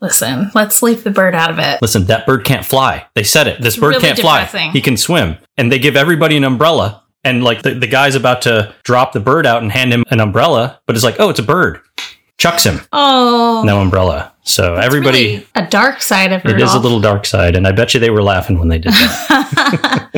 Speaker 2: Listen, let's leave the bird out of it.
Speaker 1: Listen, that bird can't fly. They said it. This bird
Speaker 2: Really
Speaker 1: can't fly.
Speaker 2: depressing.
Speaker 1: He can swim. And they give everybody an umbrella. And like the, the guy's about to drop the bird out and hand him an umbrella, but it's like, oh, it's a bird. Chucks him.
Speaker 2: Oh,
Speaker 1: No umbrella. So everybody,
Speaker 2: really a dark side of
Speaker 1: it
Speaker 2: Rudolph.
Speaker 1: is a little dark side. And I bet you they were laughing when they did that.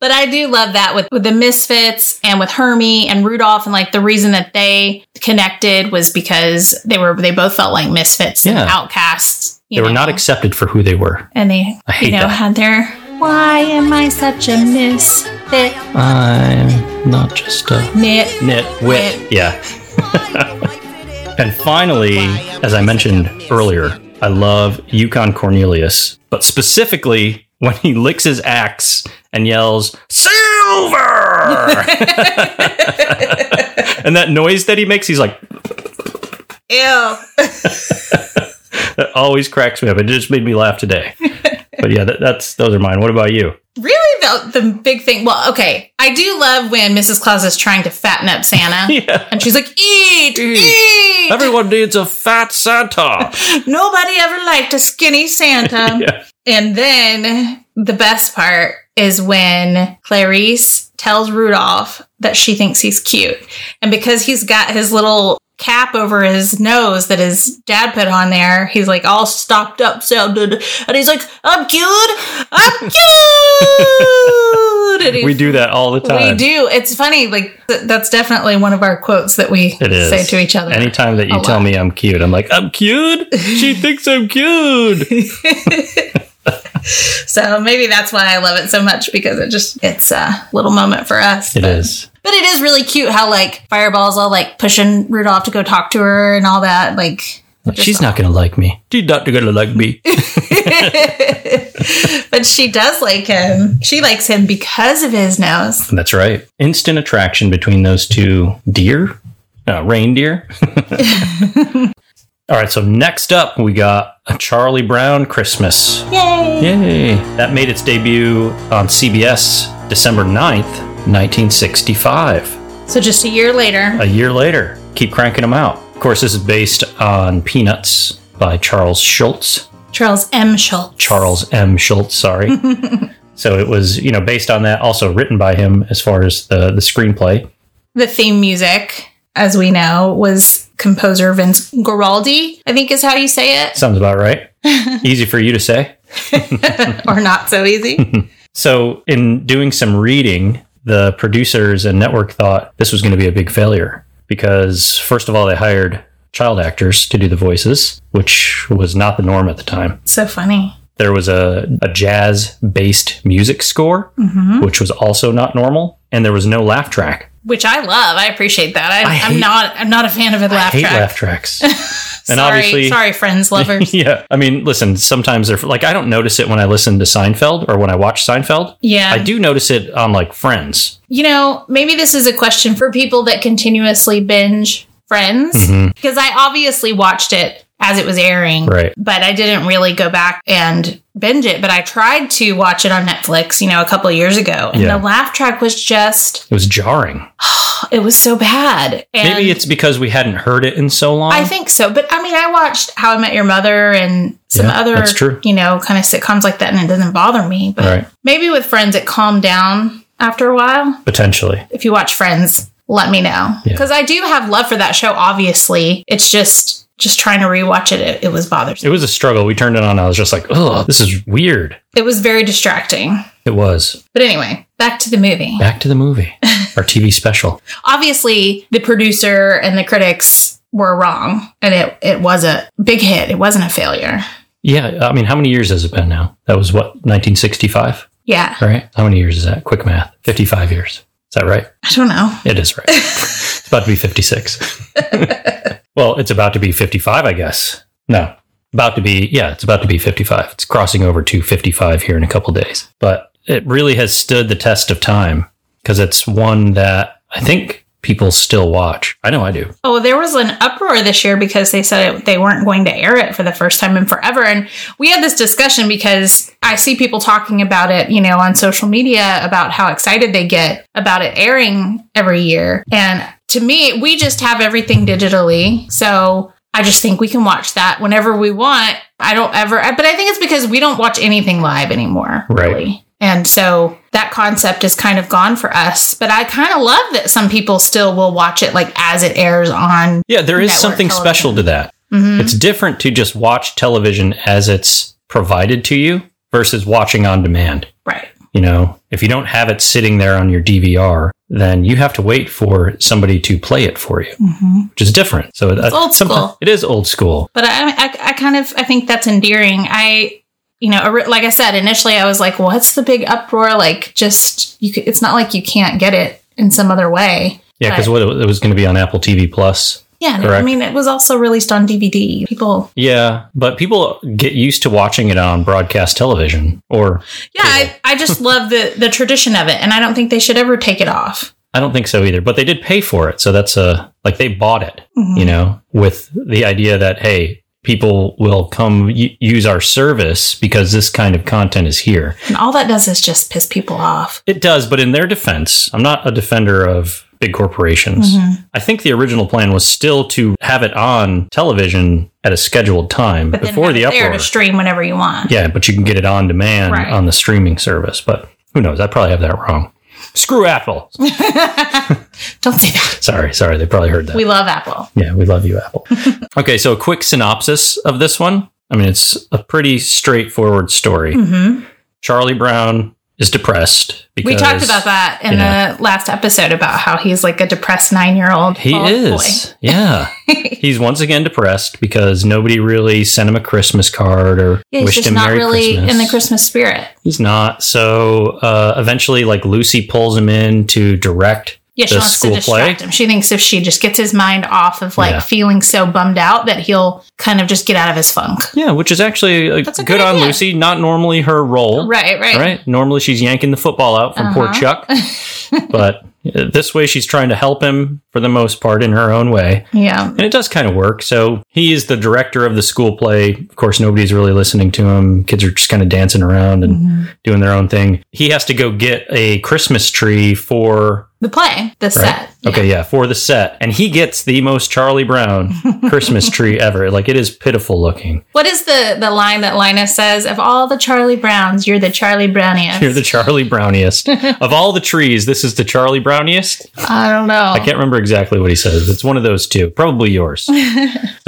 Speaker 2: But I do love that with, with the Misfits and with Hermie and Rudolph and like the reason that they connected was because they were they both felt like misfits and
Speaker 1: Yeah.
Speaker 2: outcasts. you
Speaker 1: they were
Speaker 2: know,
Speaker 1: not accepted for who they were.
Speaker 2: and they
Speaker 1: I hate
Speaker 2: you know
Speaker 1: that.
Speaker 2: had their why am I such a misfit?
Speaker 1: I'm not just a
Speaker 2: Knit.
Speaker 1: nitwit. Yeah. [LAUGHS] And finally, as I mentioned earlier, I love Yukon Cornelius, but specifically when he licks his axe and yells, Silver! [LAUGHS] and that noise that he makes, he's like,
Speaker 2: Ew.
Speaker 1: that always cracks me up. It just made me laugh
Speaker 2: [LAUGHS]
Speaker 1: today. But yeah, that, that's those are mine. What about you?
Speaker 2: Really, the, the big thing. Well, okay, I do love when Mrs. Claus is trying to fatten up Santa,
Speaker 1: [LAUGHS] Yeah.
Speaker 2: and she's like, "Eat,
Speaker 1: Eat.
Speaker 2: eat."
Speaker 1: Everyone needs a fat
Speaker 2: [LAUGHS]
Speaker 1: Santa.
Speaker 2: Nobody ever liked a skinny Santa.
Speaker 1: [LAUGHS] Yeah.
Speaker 2: And then the best part is when Clarice tells Rudolph that she thinks he's cute, and because he's got his little cap over his nose that his dad put on there, he's like all stopped up, sounded, and he's like, "I'm cute,
Speaker 1: [LAUGHS]
Speaker 2: I'm cute." And he's
Speaker 1: We do that all the time.
Speaker 2: we do. It's funny. Like th- that's definitely one of our quotes that we
Speaker 1: It is.
Speaker 2: say to each other.
Speaker 1: Anytime that you
Speaker 2: a
Speaker 1: tell
Speaker 2: lot.
Speaker 1: me I'm cute, I'm like, I'm cute?
Speaker 2: [LAUGHS]
Speaker 1: She thinks I'm cute.
Speaker 2: so maybe that's why I love it so much because it just it's a little moment for us.
Speaker 1: It
Speaker 2: but,
Speaker 1: is.
Speaker 2: but it is really cute how like Fireball's all like pushing Rudolph to go talk to her and all that. Like, [LAUGHS]
Speaker 1: Like, she's not going to like me. She's not going to like me.
Speaker 2: but she does like him. She likes him because of his nose.
Speaker 1: That's right. Instant attraction between those two deer, uh, reindeer. [LAUGHS] All right, so next up we got a Charlie Brown Christmas.
Speaker 2: Yay!
Speaker 1: Yay! That made its debut on CBS December 9th, 1965.
Speaker 2: So just a year later,
Speaker 1: A year later, keep cranking them out. Of course, this is based on Peanuts by Charles Schultz.
Speaker 2: Charles M. Schultz.
Speaker 1: Charles M. Schultz, sorry. so it was, you know, based on that, also written by him as far as the, the screenplay.
Speaker 2: The theme music, as we know, was composer Vince Guaraldi, I think is how you say it,
Speaker 1: Sounds about right. Easy for you to say.
Speaker 2: or not so easy.
Speaker 1: [LAUGHS] So, in doing some reading, the producers and network thought this was going to be a big failure because, first of all, they hired child actors to do the voices, which was not the norm at the time.
Speaker 2: so funny.
Speaker 1: There was a, a jazz based music score,
Speaker 2: Mm-hmm.
Speaker 1: which was also not normal, and there was no laugh track.
Speaker 2: Which I love. I appreciate that. I, I am
Speaker 1: hate-
Speaker 2: not. I'm not a fan of a laugh
Speaker 1: I hate
Speaker 2: track.
Speaker 1: laugh
Speaker 2: [LAUGHS]
Speaker 1: tracks. and
Speaker 2: sorry,
Speaker 1: obviously,
Speaker 2: sorry, friends,
Speaker 1: [LAUGHS]
Speaker 2: lovers.
Speaker 1: yeah. I mean, listen, sometimes they're like, I don't notice it when I listen to Seinfeld or when I watch Seinfeld.
Speaker 2: yeah,
Speaker 1: I do notice it on like Friends.
Speaker 2: you know, maybe this is a question for people that continuously binge Friends
Speaker 1: Mm-hmm.
Speaker 2: because I obviously watched it as it was airing,
Speaker 1: Right.
Speaker 2: but I didn't really go back and binge it. But I tried to watch it on Netflix, you know, a couple of years ago, and
Speaker 1: Yeah.
Speaker 2: the laugh track was just
Speaker 1: It was jarring.
Speaker 2: it was so bad. And
Speaker 1: Maybe it's because we hadn't heard it in so long.
Speaker 2: I think so, but I mean, I watched How I Met Your Mother and some
Speaker 1: Yeah,
Speaker 2: other,
Speaker 1: that's true.
Speaker 2: you know, kind of sitcoms like that, and it doesn't bother me. But
Speaker 1: Right.
Speaker 2: maybe with Friends, it calmed down after a while.
Speaker 1: potentially.
Speaker 2: if you watch Friends, let me know
Speaker 1: Yeah.
Speaker 2: because I do have love for that show. Obviously, it's just just trying to rewatch it. It, it was bothersome.
Speaker 1: It was a struggle. We turned it on. I was just like, oh, this is weird.
Speaker 2: It was very distracting.
Speaker 1: It was.
Speaker 2: But anyway, back to the movie.
Speaker 1: Back to the
Speaker 2: [LAUGHS]
Speaker 1: movie, our TV special.
Speaker 2: Obviously, the producer and the critics were wrong, and it it was a big hit. It wasn't a failure.
Speaker 1: Yeah. I mean, how many years has it been now? That was what, 1965,
Speaker 2: Yeah,
Speaker 1: right? How many years is that? Quick math 55 years. Is that right?
Speaker 2: I don't know.
Speaker 1: It is
Speaker 2: [LAUGHS]
Speaker 1: right. it's about to be 56. well, it's about to be 55, I guess. No, about to be, yeah, it's about to be 55. It's crossing over to 55 here in a couple days. But it really has stood the test of time because it's one that I think people still watch. I know I do.
Speaker 2: Oh, there was an uproar this year because they said it, they weren't going to air it for the first time in forever. And we had this discussion because I see people talking about it, you know, on social media about how excited they get about it airing every year. And to me, we just have everything digitally. So I just think we can watch that whenever we want. I don't ever, I- but I think it's because we don't watch anything live anymore.
Speaker 1: Right.
Speaker 2: Really. And so that concept is kind of gone for us. But I kind of love that some people still will watch it like as it airs on.
Speaker 1: Yeah, there is
Speaker 2: Network
Speaker 1: something
Speaker 2: television.
Speaker 1: special to that.
Speaker 2: Mhm.
Speaker 1: It's different to just watch television as it's provided to you versus watching on demand.
Speaker 2: Right.
Speaker 1: You know, if you don't have it sitting there on your DVR, then you have to wait for somebody to play it for you, which is different. So it's
Speaker 2: old school.
Speaker 1: It is old school.
Speaker 2: But I, I, I kind of, I think that's endearing. I, you know, ori- like I said, initially I was like, what's the big uproar? Like, just, you. c- it's not like you can't get it in some other way.
Speaker 1: Yeah, because what it was going to be on Apple TV Plus.
Speaker 2: Yeah. and I
Speaker 1: Correct.
Speaker 2: mean, it was also released on DVD. People
Speaker 1: Yeah, but people get used to watching it on broadcast television, or
Speaker 2: Yeah, I, I just love the the tradition of it, and I don't think they should ever take it off.
Speaker 1: I don't think so either. But they did pay for it, so that's a like they bought it.
Speaker 2: Mm-hmm.
Speaker 1: You know, with the idea that hey, people will come y- use our service because this kind of content is here.
Speaker 2: And all that does is just piss people off.
Speaker 1: It does, but in their defense, I'm not a defender of big corporations.
Speaker 2: Mm-hmm.
Speaker 1: I think the original plan was still to have it on television at a scheduled time
Speaker 2: But
Speaker 1: before
Speaker 2: then
Speaker 1: the
Speaker 2: have it there
Speaker 1: uproar.
Speaker 2: to stream whenever you want.
Speaker 1: yeah, but you can get it on demand
Speaker 2: Right.
Speaker 1: on the streaming service. But who knows? I probably have that wrong. Screw Apple.
Speaker 2: Don't say that.
Speaker 1: sorry, sorry. They probably heard that.
Speaker 2: We love Apple.
Speaker 1: yeah, we love you,
Speaker 2: [LAUGHS]
Speaker 1: Apple. okay, so a quick synopsis of this one. I mean, it's a pretty straightforward story.
Speaker 2: Mm-hmm.
Speaker 1: Charlie Brown is depressed because
Speaker 2: We talked about that in the last episode about how he's like a depressed nine year old.
Speaker 1: He is.
Speaker 2: [LAUGHS]
Speaker 1: Yeah. he's once again depressed because nobody really sent him a Christmas card or
Speaker 2: Yeah, he's
Speaker 1: wished
Speaker 2: just
Speaker 1: him
Speaker 2: not
Speaker 1: Merry
Speaker 2: really
Speaker 1: Christmas.
Speaker 2: in the Christmas spirit.
Speaker 1: He's not. So uh, eventually, like Lucy pulls him in to direct.
Speaker 2: Yeah, she
Speaker 1: The
Speaker 2: wants to
Speaker 1: school
Speaker 2: distract
Speaker 1: play?
Speaker 2: him. She thinks if she just gets his mind off of like
Speaker 1: Yeah.
Speaker 2: feeling so bummed out that he'll kind of just get out of his funk.
Speaker 1: Yeah, which is actually uh,
Speaker 2: That's a
Speaker 1: good,
Speaker 2: good
Speaker 1: on
Speaker 2: idea.
Speaker 1: Lucy. Not normally her role,
Speaker 2: Right, right.
Speaker 1: Right? Normally she's yanking the football out from poor
Speaker 2: Uh-huh.
Speaker 1: Chuck, but uh, This way, she's trying to help him for the most part in her own way.
Speaker 2: Yeah.
Speaker 1: And it does kind of work. So he is the director of the school play. Of course, nobody's really listening to him. Kids are just kind of dancing around and doing their own thing. He has to go get a Christmas tree for
Speaker 2: The play, the set.
Speaker 1: Okay, yeah, for the set. And he gets the most Charlie Brown Christmas tree ever. Like it is pitiful looking.
Speaker 2: What is the the line that Linus says? Of all the Charlie Browns, you're the Charlie Browniest.
Speaker 1: You're the Charlie Browniest. of all the trees, this is the Charlie Browniest.
Speaker 2: I don't know.
Speaker 1: I can't remember exactly what he says. It's one of those two. Probably
Speaker 2: [LAUGHS]
Speaker 1: yours. so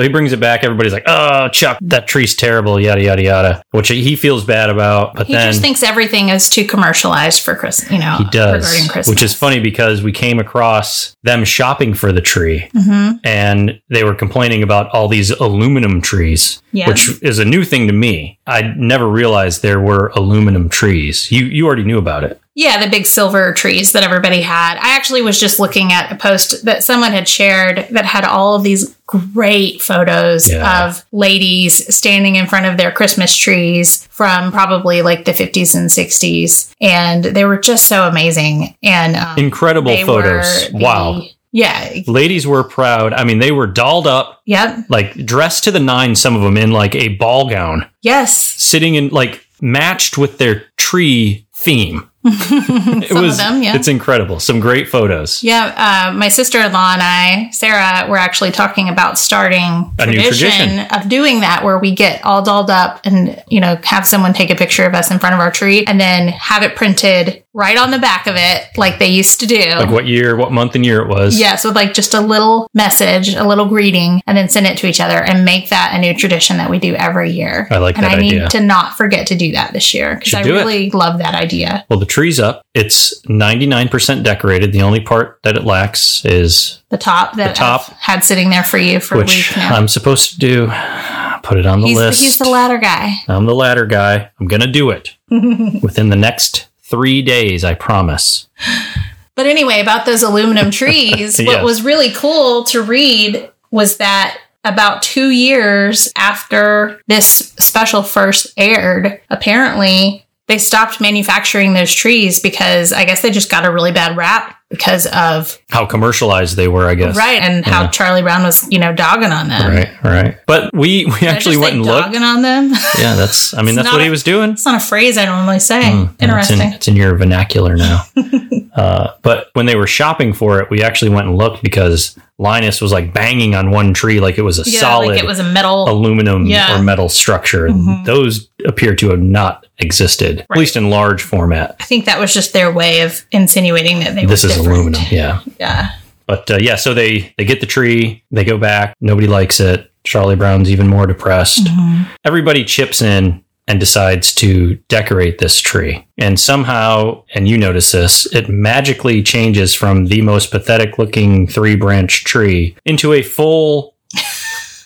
Speaker 1: he brings it back. Everybody's like, oh, Chuck, that tree's terrible, yada, yada, yada, which he feels bad about. But
Speaker 2: he
Speaker 1: then
Speaker 2: just thinks everything is too commercialized for Chris. You know,
Speaker 1: he
Speaker 2: regarding
Speaker 1: does,
Speaker 2: Christmas,
Speaker 1: which is funny because we came across them shopping for the tree
Speaker 2: Mhm.
Speaker 1: and they were complaining about all these aluminum trees,
Speaker 2: Yeah.
Speaker 1: which is a new thing to me. I never realized there were aluminum trees. You, you already knew about it.
Speaker 2: Yeah, the big silver trees that everybody had. I actually was just looking at a post that someone had shared that had all of these great photos
Speaker 1: Yeah.
Speaker 2: of ladies standing in front of their Christmas trees from probably like the 50s and 60s. And they were just so amazing. And um,
Speaker 1: Incredible
Speaker 2: they
Speaker 1: photos.
Speaker 2: were the-
Speaker 1: wow.
Speaker 2: Yeah.
Speaker 1: Ladies were proud. I mean, they were dolled up
Speaker 2: Yep.
Speaker 1: like dressed to the nines, some of them in like a ball gown,
Speaker 2: Yes.
Speaker 1: sitting in like matched with their tree theme. [LAUGHS] it
Speaker 2: Some of them, yeah.
Speaker 1: It's incredible. Some great photos.
Speaker 2: Yeah, uh, my sister in law and I, Sarah, were actually talking about starting
Speaker 1: A new tradition.
Speaker 2: of doing that, where we get all dolled up and you know have someone take a picture of us in front of our tree, and then have it printed right on the back of it, like they used to do.
Speaker 1: Like what year, what month and year it was.
Speaker 2: Yes, with like just a little message, a little greeting, and then send it to each other and make that a new tradition that we do every year.
Speaker 1: I like
Speaker 2: and
Speaker 1: that
Speaker 2: I
Speaker 1: idea.
Speaker 2: need to not forget to do that this year because
Speaker 1: Should
Speaker 2: I
Speaker 1: do it.
Speaker 2: really love that idea.
Speaker 1: Well, the tree's up. It's 99% decorated. The only part that it lacks is,
Speaker 2: The top that
Speaker 1: The top.
Speaker 2: I've had sitting there for you for
Speaker 1: which
Speaker 2: weeks now.
Speaker 1: I'm supposed to do, put it on the
Speaker 2: he's,
Speaker 1: list.
Speaker 2: he's the ladder guy.
Speaker 1: I'm the latter guy. I'm going to do
Speaker 2: [LAUGHS]
Speaker 1: it within the next three days, I promise.
Speaker 2: But anyway, about
Speaker 1: [LAUGHS]
Speaker 2: those aluminum trees,
Speaker 1: Yes.
Speaker 2: what was really cool to read was that about two years after this special first aired, apparently they stopped manufacturing those trees because I guess they just got a really bad rap because of
Speaker 1: How commercialized they were, I guess.
Speaker 2: right and how Charlie Brown was, you know, dogging on them.
Speaker 1: Right, right. But we, we
Speaker 2: Did I
Speaker 1: actually
Speaker 2: just
Speaker 1: went
Speaker 2: say
Speaker 1: and looked.
Speaker 2: dogging on them. [LAUGHS]
Speaker 1: Yeah, that's. I mean,
Speaker 2: It's
Speaker 1: that's
Speaker 2: not
Speaker 1: what he
Speaker 2: a-
Speaker 1: was doing.
Speaker 2: It's not a phrase I normally say.
Speaker 1: Yeah, It's in,
Speaker 2: Interesting.
Speaker 1: it's in your vernacular now.
Speaker 2: [LAUGHS]
Speaker 1: uh, but when they were shopping for it, we actually went and looked because Linus was like banging on one tree like it was a
Speaker 2: Yeah,
Speaker 1: solid
Speaker 2: like it was a metal.
Speaker 1: aluminum
Speaker 2: Yeah. Mm-hmm.
Speaker 1: or metal structure. and Those appear to have not existed, at least in large format.
Speaker 2: I think that was just their way of insinuating that they
Speaker 1: This
Speaker 2: were
Speaker 1: is
Speaker 2: different.
Speaker 1: aluminum. Yeah.
Speaker 2: Yeah.
Speaker 1: But uh, yeah, so they they get the tree, they go back. Nobody likes it. Charlie Brown's even more depressed. Everybody chips in and decides to decorate this tree. And somehow, and you notice this, it magically changes from the most pathetic looking three branch tree into a
Speaker 2: [LAUGHS]
Speaker 1: full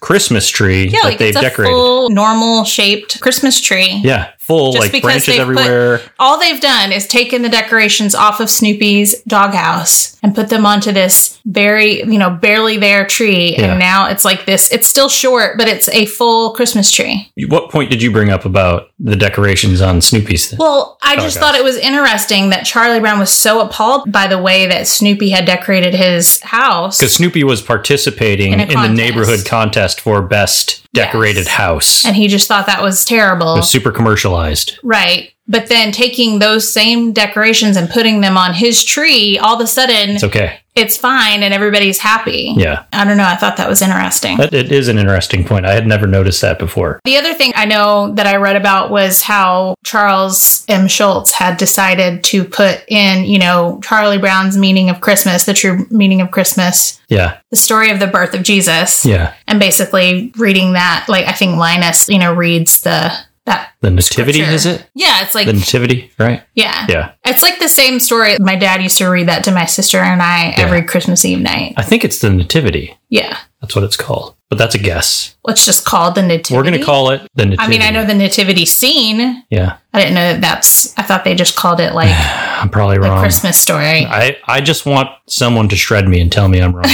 Speaker 1: Christmas tree
Speaker 2: Yeah,
Speaker 1: that
Speaker 2: like
Speaker 1: they've
Speaker 2: it's a
Speaker 1: decorated.
Speaker 2: full normal shaped Christmas tree.
Speaker 1: yeah, full
Speaker 2: Just
Speaker 1: like
Speaker 2: because
Speaker 1: branches
Speaker 2: they put-
Speaker 1: everywhere.
Speaker 2: All they've done is taken the decorations off of Snoopy's doghouse and put them onto this very, you know, barely there tree.
Speaker 1: Yeah.
Speaker 2: And now it's like this. It's still short, but it's a full Christmas tree.
Speaker 1: what point did you bring up about the decorations on Snoopy's? thing?
Speaker 2: Well, I
Speaker 1: Doghouse.
Speaker 2: just thought it was interesting that Charlie Brown was so appalled by the way that Snoopy had decorated his house.
Speaker 1: because Snoopy was participating
Speaker 2: In
Speaker 1: in,
Speaker 2: a
Speaker 1: the
Speaker 2: contest.
Speaker 1: neighborhood contest for best decorated
Speaker 2: Yes.
Speaker 1: house.
Speaker 2: And he just thought that was terrible.
Speaker 1: it was super commercialized.
Speaker 2: right. But then taking those same decorations and putting them on his tree, all of a sudden,
Speaker 1: It's okay.
Speaker 2: it's fine and everybody's happy.
Speaker 1: Yeah,
Speaker 2: I don't know. I thought that was interesting.
Speaker 1: that it is an interesting point. I had never noticed that before.
Speaker 2: the other thing I know that I read about was how Charles M. Schultz had decided to put in, you know, Charlie Brown's meaning of Christmas, the true meaning of Christmas,
Speaker 1: Yeah,
Speaker 2: the story of the birth of Jesus.
Speaker 1: yeah.
Speaker 2: And basically reading that, like I think Linus, you know, reads the that
Speaker 1: The nativity
Speaker 2: scripture.
Speaker 1: is it?
Speaker 2: Yeah, it's like
Speaker 1: The nativity, right?
Speaker 2: yeah.
Speaker 1: Yeah.
Speaker 2: It's like the same story. My dad used to read that to my sister and I every Christmas Eve night.
Speaker 1: I think it's the nativity.
Speaker 2: Yeah.
Speaker 1: That's what it's called. But that's a guess.
Speaker 2: Let's just call it the nativity.
Speaker 1: We're going to call it the nativity.
Speaker 2: I mean, I know the nativity scene.
Speaker 1: Yeah,
Speaker 2: I didn't know that that's. I thought they just called
Speaker 1: [SIGHS]
Speaker 2: it like
Speaker 1: I'm probably
Speaker 2: the
Speaker 1: wrong.
Speaker 2: Christmas story.
Speaker 1: Um, I, I just want someone to shred me and tell me I'm
Speaker 2: [LAUGHS]
Speaker 1: wrong.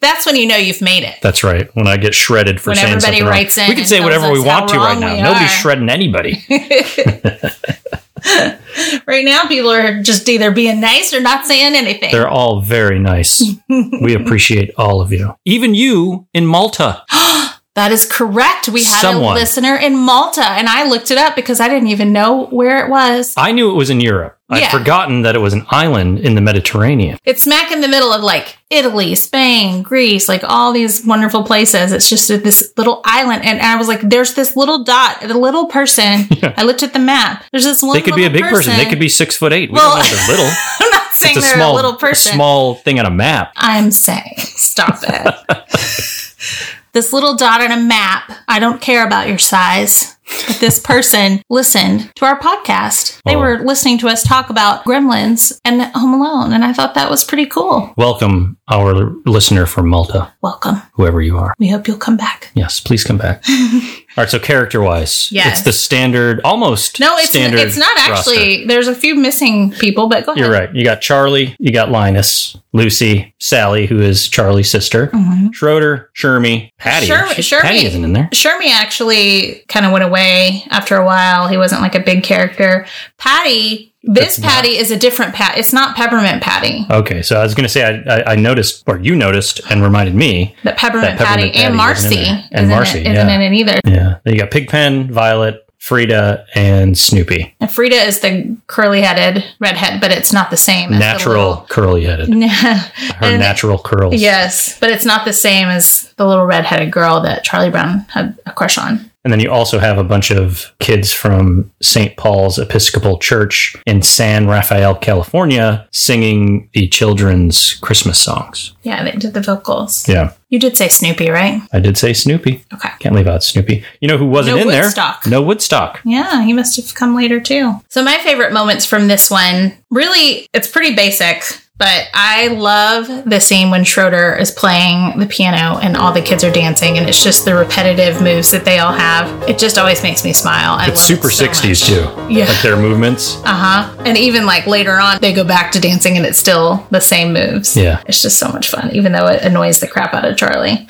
Speaker 2: That's when you know you've made it.
Speaker 1: That's right. When I get shredded for
Speaker 2: When
Speaker 1: saying
Speaker 2: everybody
Speaker 1: something wrong.
Speaker 2: writes in
Speaker 1: we can
Speaker 2: and
Speaker 1: say
Speaker 2: tells
Speaker 1: whatever we
Speaker 2: us
Speaker 1: want
Speaker 2: how
Speaker 1: to right
Speaker 2: wrong [LAUGHS]
Speaker 1: now.
Speaker 2: we
Speaker 1: Nobody's
Speaker 2: are.
Speaker 1: shredding anybody.
Speaker 2: Right now people are just either being nice or not saying anything.
Speaker 1: They're all very nice.
Speaker 2: [LAUGHS]
Speaker 1: we appreciate all of you. Even you in Malta.
Speaker 2: that is correct. We had
Speaker 1: Someone.
Speaker 2: a listener in Malta, and I looked it up because I didn't even know where it was.
Speaker 1: I knew it was in Europe. I'd
Speaker 2: Yeah.
Speaker 1: forgotten that it was an island in the Mediterranean.
Speaker 2: It's smack in the middle of like Italy, Spain, Greece, like all these wonderful places. It's just this little island. And I was like, there's this little dot, the little person.
Speaker 1: [LAUGHS] Yeah.
Speaker 2: I looked at the map. There's this one.
Speaker 1: they could be a
Speaker 2: little
Speaker 1: big person. They could be six foot eight. We
Speaker 2: Well,
Speaker 1: don't know if they're
Speaker 2: [LAUGHS]
Speaker 1: little.
Speaker 2: I'm not saying
Speaker 1: It's a
Speaker 2: they're
Speaker 1: small,
Speaker 2: a little person.
Speaker 1: small thing on a map.
Speaker 2: I'm saying, stop it.
Speaker 1: [LAUGHS]
Speaker 2: this little dot on a map, I don't care about your size. But this person listened to our podcast. They
Speaker 1: Oh.
Speaker 2: were listening to us talk about gremlins and Home Alone. And I thought that was pretty cool.
Speaker 1: Welcome, our l- listener from Malta,
Speaker 2: Welcome.
Speaker 1: whoever you are.
Speaker 2: We hope you'll come back.
Speaker 1: Yes, please come
Speaker 2: [LAUGHS]
Speaker 1: back. all right, so character wise,
Speaker 2: Yes.
Speaker 1: it's the standard, almost
Speaker 2: No, it's,
Speaker 1: standard.
Speaker 2: it's not
Speaker 1: roster.
Speaker 2: actually. um, There's a few missing people, but go ahead.
Speaker 1: You're right. You got Charlie, you got Linus, Lucy, Sally, who is Charlie's sister,
Speaker 2: Mhm.
Speaker 1: Schroeder, Shermie, Patty.
Speaker 2: Sherm-
Speaker 1: She-
Speaker 2: Shermie-
Speaker 1: Patty isn't in there.
Speaker 2: Shermie actually kind of went away after a while. He wasn't like a big character. Patty, this
Speaker 1: That's not- Oh,
Speaker 2: Patty is a different Pat. It's not Peppermint Patty.
Speaker 1: Okay, so I was going to say I, I, I noticed, or you noticed, and reminded me.
Speaker 2: That
Speaker 1: That Peppermint
Speaker 2: Peppermint, Patty, and
Speaker 1: Patty isn't
Speaker 2: Marcy
Speaker 1: in there.
Speaker 2: isn't,
Speaker 1: And Marcy,
Speaker 2: in, it, isn't
Speaker 1: yeah.
Speaker 2: in it either.
Speaker 1: Yeah, you got Pigpen, Violet, Frida, and Snoopy.
Speaker 2: And Frida is the curly-headed redhead, but it's not the same. as the
Speaker 1: Natural curly headed.
Speaker 2: little- [LAUGHS]
Speaker 1: Her
Speaker 2: And-
Speaker 1: natural curls.
Speaker 2: yes, but it's not the same as the little redheaded girl that Charlie Brown had a crush on.
Speaker 1: And then you also have a bunch of kids from St. Paul's Episcopal Church in San Rafael, California, singing the children's Christmas songs.
Speaker 2: Yeah, they did the vocals.
Speaker 1: Yeah,
Speaker 2: You did say Snoopy, right?
Speaker 1: I did say Snoopy.
Speaker 2: Okay.
Speaker 1: Can't leave out Snoopy. You know who wasn't
Speaker 2: No
Speaker 1: in
Speaker 2: Woodstock.
Speaker 1: there? No Woodstock.
Speaker 2: Yeah, he must have come later too. So my favorite moments from this one, really, it's pretty basic, but I love the scene when Schroeder is playing the piano and all the kids are dancing, and it's just the repetitive moves that they all have. It just always makes me smile. I
Speaker 1: It's super 60s too.
Speaker 2: Yeah.
Speaker 1: Like their movements.
Speaker 2: Uh huh. And even like later on, they go back to dancing, and it's still the same moves.
Speaker 1: Yeah.
Speaker 2: It's just so much fun, even though it annoys the crap out
Speaker 1: [LAUGHS]
Speaker 2: of Charlie.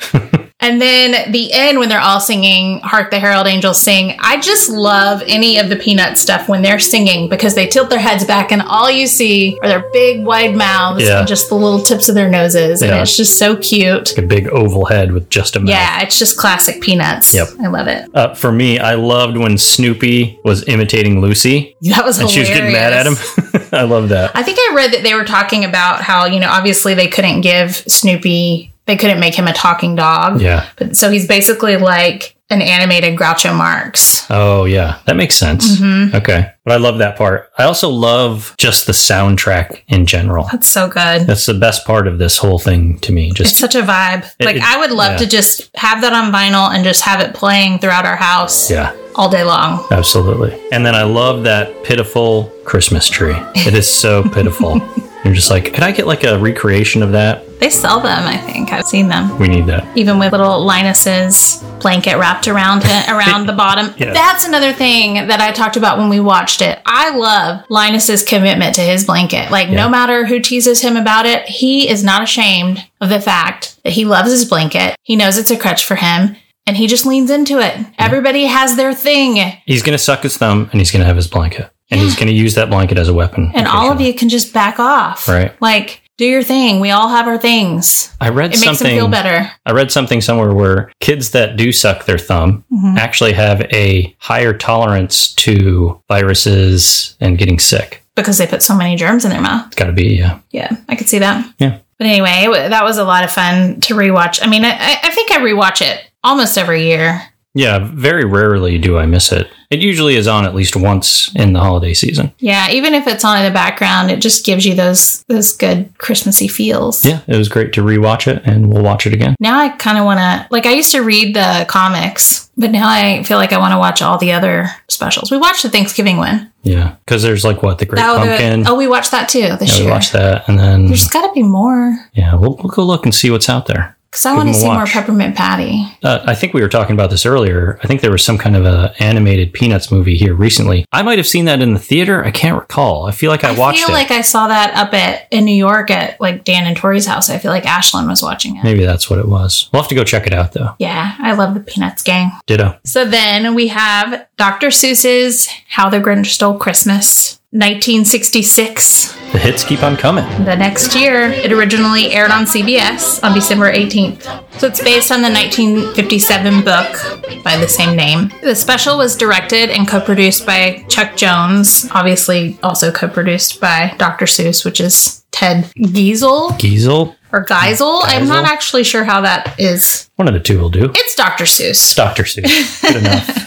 Speaker 2: and then the end, when they're all singing Hark the Herald Angels Sing, I just love any of the Peanut stuff when they're singing because they tilt their heads back and all you see are their big, wide mouths
Speaker 1: Yeah.
Speaker 2: and just the little tips of their noses.
Speaker 1: Yeah.
Speaker 2: And it's just so cute.
Speaker 1: Like a big oval head with just a mouth.
Speaker 2: Yeah, it's just classic Peanuts.
Speaker 1: Yep.
Speaker 2: I love it.
Speaker 1: Uh, for me, I loved when Snoopy was imitating Lucy
Speaker 2: That was
Speaker 1: and
Speaker 2: hilarious.
Speaker 1: she was getting mad at him. [LAUGHS] I love that.
Speaker 2: I think I read that they were talking about how, you know, obviously they couldn't give Snoopy, they couldn't make him a talking dog.
Speaker 1: Yeah.
Speaker 2: But, so he's basically like an animated Groucho Marx.
Speaker 1: Oh yeah, that makes sense.
Speaker 2: Mm-hmm.
Speaker 1: Okay, but I love that part. I also love just the soundtrack in general.
Speaker 2: That's so good.
Speaker 1: That's the best part of this whole thing to me.
Speaker 2: It's
Speaker 1: Just
Speaker 2: such a vibe.
Speaker 1: It-
Speaker 2: like,
Speaker 1: it-
Speaker 2: I would love
Speaker 1: yeah.
Speaker 2: to just have that on vinyl and just have it playing throughout our house
Speaker 1: yeah,
Speaker 2: all day long.
Speaker 1: absolutely. And then I love that pitiful Christmas tree. It is
Speaker 2: [LAUGHS]
Speaker 1: so pitiful. You're just like, could I get like a recreation of that?
Speaker 2: They sell them, I think. I've seen them.
Speaker 1: We need that.
Speaker 2: Even with little Linus's blanket wrapped around
Speaker 1: [LAUGHS]
Speaker 2: it, around the bottom.
Speaker 1: Yeah.
Speaker 2: That's another thing that I talked about when we watched it. I love Linus's commitment to his blanket. Like
Speaker 1: Yeah.
Speaker 2: no matter who teases him about it, he is not ashamed of the fact that he loves his blanket. He knows it's a crutch for him. And he just leans into it. Everybody has their thing. And
Speaker 1: He's gonna suck his thumb and he's gonna have his blanket and he's gonna use that blanket as a weapon.
Speaker 2: all of you can just back off.
Speaker 1: Right.
Speaker 2: Like, do your thing. We all have our things.
Speaker 1: I read
Speaker 2: It makes
Speaker 1: something.
Speaker 2: him feel better.
Speaker 1: I read something somewhere where kids that do suck their thumb
Speaker 2: Mm-hmm.
Speaker 1: actually have a higher tolerance to viruses and getting sick.
Speaker 2: Because they put so many germs in their mouth.
Speaker 1: It's got to be, yeah.
Speaker 2: Yeah, I could see that.
Speaker 1: Yeah.
Speaker 2: But anyway, it wa- that was a lot of fun to rewatch. I mean, I- I, I think I rewatch it almost every year.
Speaker 1: Yeah, very rarely do I miss it. It usually is on at least once in the holiday season.
Speaker 2: Yeah, even if it's on in the background, it just gives you those those good Christmassy feels.
Speaker 1: Yeah, it was great to rewatch it and we'll watch it again.
Speaker 2: Now I kind of want to like I used to read the comics, but now I feel like I want to watch all the other specials. We watched the Thanksgiving one.
Speaker 1: Yeah, because there's like what, The Great
Speaker 2: That-
Speaker 1: Pumpkin.
Speaker 2: oh, we watched that too this
Speaker 1: yeah, we
Speaker 2: year.
Speaker 1: watched that. And then,
Speaker 2: There's got to be more
Speaker 1: yeah, we'll, we'll go look and see what's out there.
Speaker 2: because I
Speaker 1: Give
Speaker 2: want to
Speaker 1: them a
Speaker 2: see more
Speaker 1: watch.
Speaker 2: Peppermint Patty.
Speaker 1: Uh, I think we were talking about this earlier. I think there was some kind of a animated Peanuts movie here recently. I might have seen that in the theater. I can't recall. I feel like I,
Speaker 2: I
Speaker 1: watched
Speaker 2: feel
Speaker 1: it.
Speaker 2: like I saw that up at in New York at like Dan and Tori's house. I feel like Ashlyn was watching it.
Speaker 1: Maybe that's what it was. We'll have to go check it out though.
Speaker 2: Yeah, I love the Peanuts gang.
Speaker 1: Ditto.
Speaker 2: So then we have Dr. Seuss's How the Grinch Stole Christmas, 1966.
Speaker 1: The hits keep on coming.
Speaker 2: The next year, it originally aired on CBS on December 18th. So it's based on the 1957 book by the same name. The special was directed and co produced by Chuck Jones, obviously also co produced by Dr. Seuss, which is Ted Giesel
Speaker 1: Giesel,
Speaker 2: or Geisel. I'm not
Speaker 1: Geisel.
Speaker 2: actually sure how that is.
Speaker 1: one of the two will
Speaker 2: [LAUGHS]
Speaker 1: do.
Speaker 2: It's Dr. Seuss.
Speaker 1: Doctor Seuss, good enough.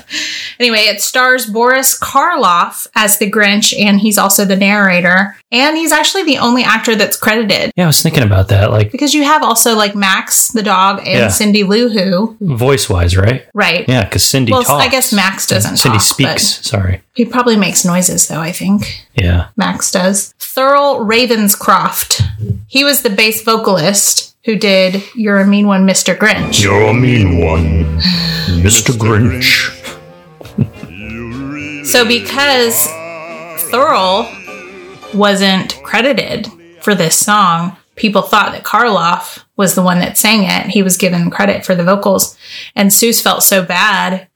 Speaker 2: Anyway, it stars Boris Karloff as the Grinch, and he's also the narrator. And he's actually the only actor that's credited
Speaker 1: Yeah, I was thinking about that, like
Speaker 2: because you have also like Max the dog and
Speaker 1: Yeah.
Speaker 2: Cindy Lou Who,
Speaker 1: voice wise, right?
Speaker 2: right?
Speaker 1: Yeah, because Cindy
Speaker 2: well,
Speaker 1: talks.
Speaker 2: I guess Max doesn't.
Speaker 1: Cindy
Speaker 2: talk, but
Speaker 1: speaks. Sorry.
Speaker 2: He probably makes noises though. I think
Speaker 1: Yeah.
Speaker 2: Max does. Thurl Ravenscroft. He was the bass vocalist who did "You're a Mean One, Mr. Grinch."
Speaker 1: You're a mean one,
Speaker 2: [SIGHS]
Speaker 1: Mr. Grinch.
Speaker 2: So because Thurl wasn't credited for this song, people thought that Karloff was the one that sang it. He was given credit for the vocals. And Seuss felt so bad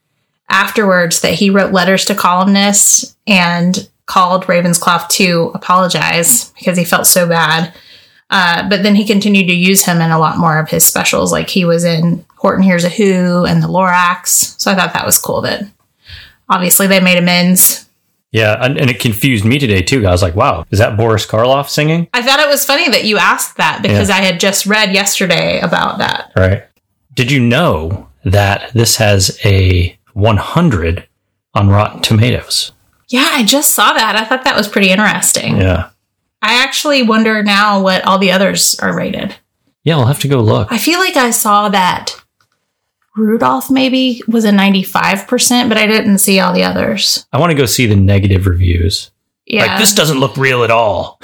Speaker 2: afterwards that he wrote letters to columnists and called Ravenscroft to apologize because he felt so bad. Uh, but then he continued to use him in a lot more of his specials. Like he was in Horton Hears a Who and The Lorax. So I thought that was cool that obviously they made amends.
Speaker 1: Yeah, and, and it confused me today too. I was like, wow, is that Boris Karloff singing?
Speaker 2: I thought it was funny that you asked that because I had just read yesterday about that.
Speaker 1: Right. Did you know that this has a 100 on Rotten Tomatoes?
Speaker 2: Yeah, I just saw that. I thought that was pretty interesting.
Speaker 1: Yeah.
Speaker 2: I actually wonder now what all the others are rated.
Speaker 1: Yeah, I'll have to go look.
Speaker 2: I feel like I saw that Rudolph maybe was a 95%, but I didn't see all the others.
Speaker 1: I want to go see the negative reviews.
Speaker 2: Yeah.
Speaker 1: Like, this doesn't look real at all. [LAUGHS]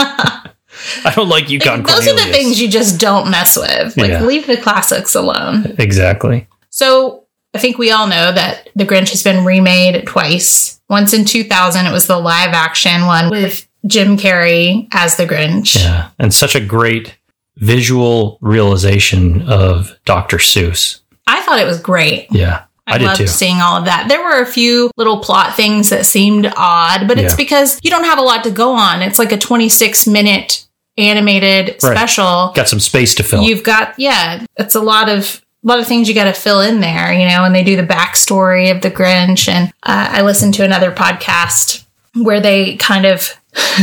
Speaker 1: I don't like you, Con
Speaker 2: Like, those are the things you just don't mess with. Like,
Speaker 1: Yeah.
Speaker 2: leave the classics alone.
Speaker 1: Exactly.
Speaker 2: So I think we all know that The Grinch has been remade twice. Once in 2000, it was the live action one with Jim Carrey as the Grinch.
Speaker 1: Yeah. And such a great visual realization of Dr. Seuss.
Speaker 2: I thought it was great.
Speaker 1: Yeah.
Speaker 2: I,
Speaker 1: I did
Speaker 2: loved
Speaker 1: too.
Speaker 2: seeing all of that. There were a few little plot things that seemed odd, but it's
Speaker 1: Yeah.
Speaker 2: because you don't have a lot to go on. It's like a 26 minute animated
Speaker 1: Right.
Speaker 2: special.
Speaker 1: Got some space to fill.
Speaker 2: You've got yeah, it's a lot of a lot of things you got to fill in there, you know. And they do the backstory of the Grinch, and uh, I listened to another podcast where they kind of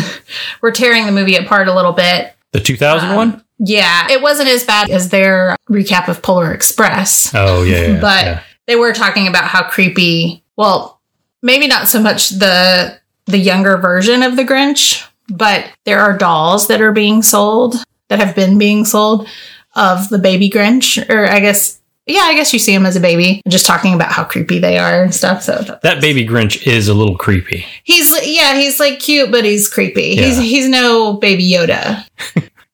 Speaker 2: [LAUGHS] were tearing the movie apart a little bit. Um,
Speaker 1: the 2001?
Speaker 2: Yeah, it wasn't as bad as their recap of Polar Express
Speaker 1: oh, yeah. yeah, yeah,
Speaker 2: [LAUGHS] but
Speaker 1: yeah.
Speaker 2: they were talking about how creepy well maybe not so much the the younger version of the grinch but there are dolls that are being sold that have been being sold of the baby grinch or i guess yeah i guess you see him as a baby just talking about how creepy they are and stuff so
Speaker 1: That baby Grinch is a little creepy.
Speaker 2: he's yeah he's like cute but he's creepy he's
Speaker 1: Yeah.
Speaker 2: he's no baby
Speaker 1: [LAUGHS]
Speaker 2: yoda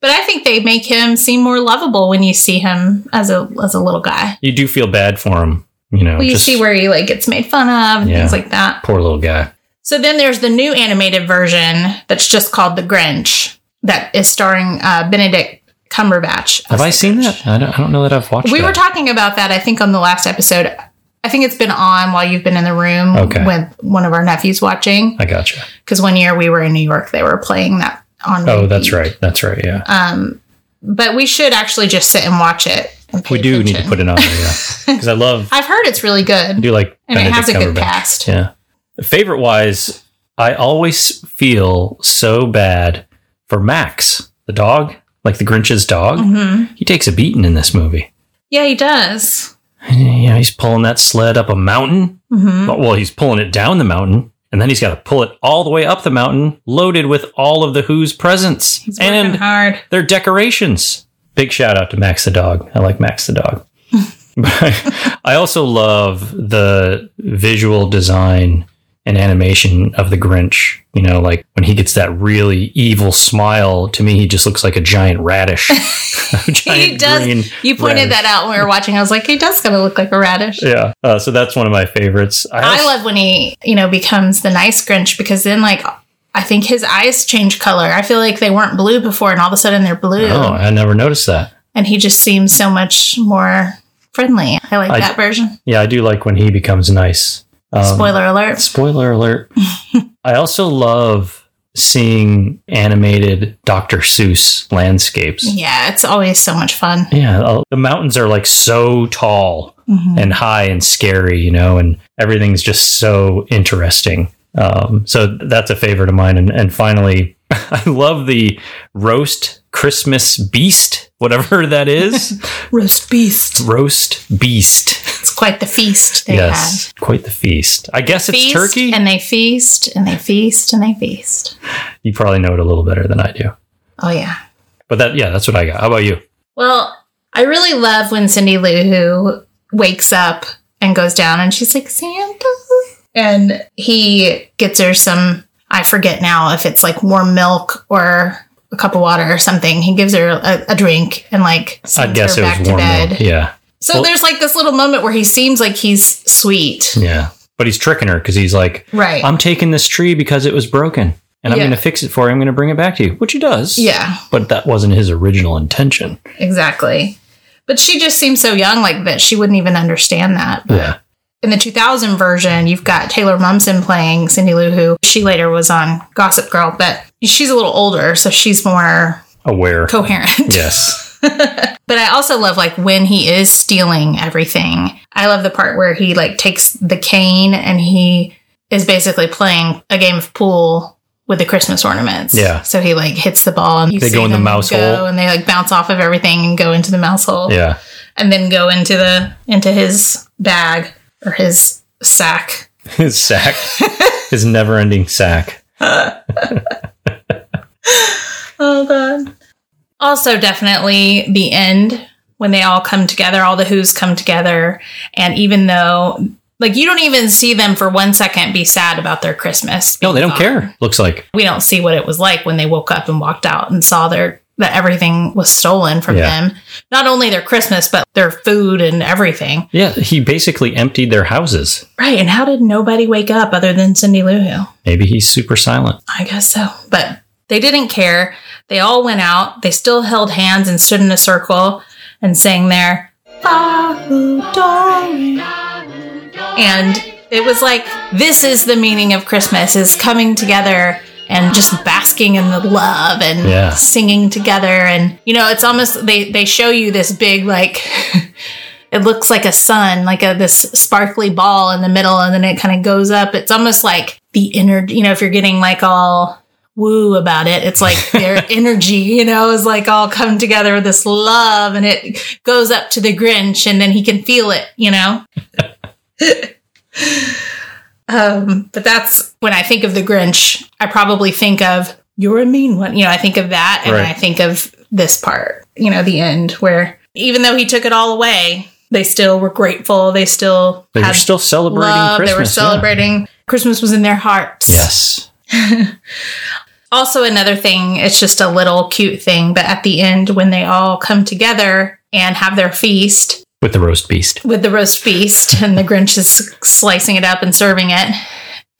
Speaker 2: but i think they make him seem more lovable when you see him as a as a little guy
Speaker 1: You do feel bad for him, you know.
Speaker 2: well, you
Speaker 1: just-
Speaker 2: see where he like gets made fun of and
Speaker 1: Yeah.
Speaker 2: things like that
Speaker 1: Poor little guy.
Speaker 2: So then there's the new animated version that's just called The Grinch that is starring uh, Benedict Cumberbatch.
Speaker 1: Have I seen that? I don't, I don't know that I've watched
Speaker 2: We were
Speaker 1: that.
Speaker 2: talking about that, I think, on the last episode. I think it's been on while you've been in the room
Speaker 1: Okay.
Speaker 2: with one of our nephews watching.
Speaker 1: I gotcha.
Speaker 2: Because one year we were in New York, they were playing that on.
Speaker 1: Oh,
Speaker 2: repeat.
Speaker 1: that's right. That's right. Yeah.
Speaker 2: But we should actually just sit and watch it. and pay
Speaker 1: we do need to
Speaker 2: attention.
Speaker 1: put it on there. Yeah.
Speaker 2: [LAUGHS]
Speaker 1: Because I love, I
Speaker 2: I've heard it's really good,
Speaker 1: do like
Speaker 2: and it
Speaker 1: Benedict
Speaker 2: has a good
Speaker 1: Cumberbatch.
Speaker 2: cast.
Speaker 1: Yeah. Favorite wise, I always feel so bad for Max, the dog, like the Grinch's dog.
Speaker 2: Mhm.
Speaker 1: He takes a beating in this movie.
Speaker 2: Yeah, he does.
Speaker 1: You know, he's pulling that sled up a mountain. Oh,
Speaker 2: hmm
Speaker 1: Well, well, he's pulling it down the mountain, and then he's got to pull it all the way up the mountain, loaded with all of the Who's presents
Speaker 2: He's working
Speaker 1: and
Speaker 2: hard.
Speaker 1: their decorations. Big shout out to Max the dog. I like Max the
Speaker 2: [LAUGHS]
Speaker 1: dog. [LAUGHS] but I, I also love the visual design and animation of the Grinch. You know, like when he gets that really evil smile, to me, he just looks like a giant radish. [LAUGHS] A giant
Speaker 2: [LAUGHS] he does.
Speaker 1: green
Speaker 2: you pointed
Speaker 1: radish.
Speaker 2: that out when we were watching. I was like, he does kind of look like a radish.
Speaker 1: Yeah. Uh, so that's one of my favorites.
Speaker 2: I
Speaker 1: also-
Speaker 2: love when he, you know, becomes the nice Grinch because then, like, I think his eyes change color. I feel like they weren't blue before, and all of a sudden they're blue,
Speaker 1: Oh, I never noticed that.
Speaker 2: and he just seems so much more friendly. I like
Speaker 1: I-
Speaker 2: that version.
Speaker 1: Yeah, I do like when he becomes nice. Um,
Speaker 2: Spoiler alert!
Speaker 1: Spoiler alert. I I also love seeing animated Dr. Seuss landscapes.
Speaker 2: Yeah, it's always so much fun.
Speaker 1: Yeah, uh, the mountains are like so tall
Speaker 2: Mhm.
Speaker 1: and high and scary, you know, and everything's just so interesting. Um, so that's a favorite of mine. And, and finally, [LAUGHS] I love the roast Christmas beast, whatever [LAUGHS] that is.
Speaker 2: Roast beast.
Speaker 1: roast beast.
Speaker 2: It's quite the feast they
Speaker 1: yes,
Speaker 2: had.
Speaker 1: quite the feast. I guess it's
Speaker 2: Feast,
Speaker 1: turkey.
Speaker 2: And they feast and they feast and they feast.
Speaker 1: you probably know it a little better than I do.
Speaker 2: Oh, yeah.
Speaker 1: But that, yeah, that's what I got. How about you?
Speaker 2: Well, I really love when Cindy Lou Who wakes up and goes down and she's like, Santa. And he gets her some, I forget now if it's like warm milk or a cup of water or something. He gives her a, a drink and like
Speaker 1: I
Speaker 2: sends
Speaker 1: guess
Speaker 2: her
Speaker 1: it
Speaker 2: back
Speaker 1: was
Speaker 2: to
Speaker 1: warm.
Speaker 2: bed.
Speaker 1: milk. Yeah,
Speaker 2: So
Speaker 1: Well-
Speaker 2: there's like this little moment where he seems like he's sweet.
Speaker 1: yeah. But he's tricking her because he's like,
Speaker 2: Right.
Speaker 1: Hmm. I'm taking this tree because it was broken and I'm
Speaker 2: Yeah.
Speaker 1: going to fix it for you. I'm going to bring it back to you, which he does.
Speaker 2: yeah,
Speaker 1: But that wasn't his original intention.
Speaker 2: exactly. But she just seems so young like that she wouldn't even understand that.
Speaker 1: Yeah.
Speaker 2: in the 2000 version, you've got Taylor Momsen playing Cindy Lou Who. She later was on Gossip Girl, but she's a little older, so she's more
Speaker 1: Aware.
Speaker 2: coherent.
Speaker 1: yes.
Speaker 2: [LAUGHS] But I also love like when he is stealing everything. I love the part where he like takes the cane and he is basically playing a game of pool with the Christmas ornaments.
Speaker 1: Yeah.
Speaker 2: So he like hits the ball and you
Speaker 1: They go
Speaker 2: see
Speaker 1: in the
Speaker 2: them
Speaker 1: mouse
Speaker 2: go,
Speaker 1: hole.
Speaker 2: and they like bounce off of everything and go into the mouse hole
Speaker 1: Yeah.
Speaker 2: and then go into the into his bag or his sack
Speaker 1: His
Speaker 2: [LAUGHS]
Speaker 1: sack, his never ending sack.
Speaker 2: Oh god. Also definitely the end when they all come together, all the who's come together, and even though like you don't even see them for one second be sad about their Christmas.
Speaker 1: No, they don't
Speaker 2: Um,
Speaker 1: care. Looks like.
Speaker 2: We don't see what it was like when they woke up and walked out and saw their that everything was stolen from
Speaker 1: Yeah.
Speaker 2: them. Not only their Christmas, but their food and everything.
Speaker 1: Yeah. He basically emptied their houses.
Speaker 2: Right. And how did nobody wake up other than Cindy Lou Who?
Speaker 1: Maybe he's super silent.
Speaker 2: I guess so. But they didn't care. They all went out. They still held hands and stood in a circle and sang their Bahudari. And it was like this is the meaning of Christmas is coming together and just basking in the love and
Speaker 1: Yeah.
Speaker 2: singing together and you know it's almost they they show you this big like [LAUGHS] it looks like a sun, like a this sparkly ball in the middle, and then it kind of goes up. It's almost like the energy, you know, if you're getting like all woo about it, it's like
Speaker 1: [LAUGHS]
Speaker 2: their energy, you know, is like all come together with this love, and it goes up to the Grinch, and then he can feel it, you
Speaker 1: [LAUGHS]
Speaker 2: know. um, but that's when I think of the Grinch, I probably think of you're a mean one, you know. I think of that, and
Speaker 1: Right.
Speaker 2: I think of this part, you know, the end where even though he took it all away, they still were grateful. They still
Speaker 1: They were
Speaker 2: had
Speaker 1: still celebrating
Speaker 2: love.
Speaker 1: Christmas.
Speaker 2: they were
Speaker 1: yeah.
Speaker 2: celebrating. Christmas was in their hearts.
Speaker 1: Yes.
Speaker 2: Also, another thing, it's just a little cute thing, but at the end, when they all come together and have their feast
Speaker 1: With the roast beast.
Speaker 2: with the roast feast and the Grinch is slicing it up and serving it.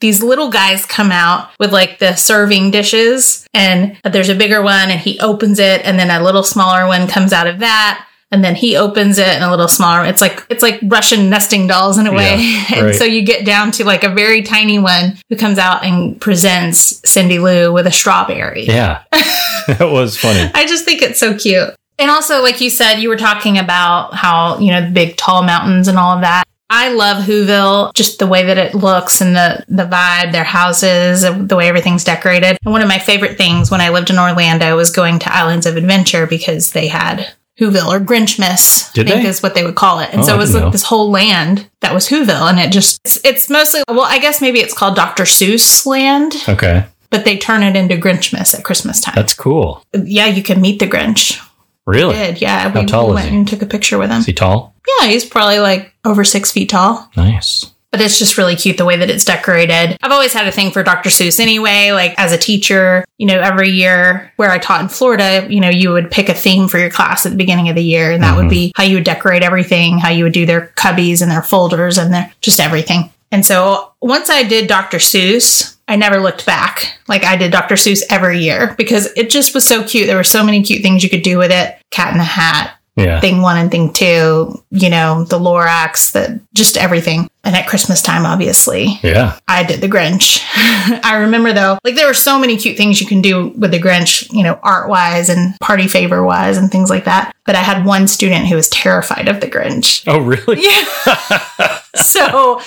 Speaker 2: These little guys come out with like the serving dishes, and there's a bigger one, and he opens it, and then a little smaller one comes out of that, and then he opens it, and a little smaller. It's like it's like Russian nesting dolls in a way,
Speaker 1: Yeah,
Speaker 2: [LAUGHS] and
Speaker 1: right.
Speaker 2: so you get down to like a very tiny one who comes out and presents Cindy Lou with a strawberry. [LAUGHS]
Speaker 1: Yeah. that was funny.
Speaker 2: I just think it's so cute. And also, like you said, you were talking about how, you know, the big tall mountains and all of that. I love Whoville, just the way that it looks and the, the vibe, their houses, the way everything's decorated. And one of my favorite things when I lived in Orlando was going to Islands of Adventure because they had Whoville or Grinchmas,
Speaker 1: Did
Speaker 2: I think
Speaker 1: they?
Speaker 2: is what they would call it. And
Speaker 1: Oh,
Speaker 2: so
Speaker 1: I
Speaker 2: it was
Speaker 1: didn't know.
Speaker 2: like this whole land that was Whoville. And it just, it's, it's mostly, well, I guess maybe it's called Dr. Seuss land,
Speaker 1: Okay.
Speaker 2: but they turn it into Grinchmas at Christmas time.
Speaker 1: That's cool.
Speaker 2: yeah, you can meet the Grinch
Speaker 1: Really?
Speaker 2: did. Yeah,
Speaker 1: How
Speaker 2: we
Speaker 1: tall is
Speaker 2: went
Speaker 1: he?
Speaker 2: and took a picture with him.
Speaker 1: Is he tall?
Speaker 2: Yeah, he's probably like over six feet tall.
Speaker 1: Nice.
Speaker 2: But it's just really cute the way that it's decorated. I've always had a thing for Dr. Seuss anyway. Like as a teacher, you know, every year where I taught in Florida, you know, you would pick a theme for your class at the beginning of the year, and that would
Speaker 1: Mhm.
Speaker 2: be how you would decorate everything, how you would do their cubbies and their folders and their just everything. And so once I did Dr. Seuss, I never looked back. Like I did Dr. Seuss every year because it just was so cute. There were so many cute things you could do with it. Cat in the Hat,
Speaker 1: Yeah.
Speaker 2: thing one and thing two, you know, the Lorax, the just everything. And at Christmas time, obviously,
Speaker 1: Yeah.
Speaker 2: I did the Grinch. [LAUGHS] I remember though, like there were so many cute things you can do with the Grinch, you know, art wise and party favor wise and things like that. But I had one student who was terrified of the Grinch.
Speaker 1: Oh, really?
Speaker 2: Yeah. so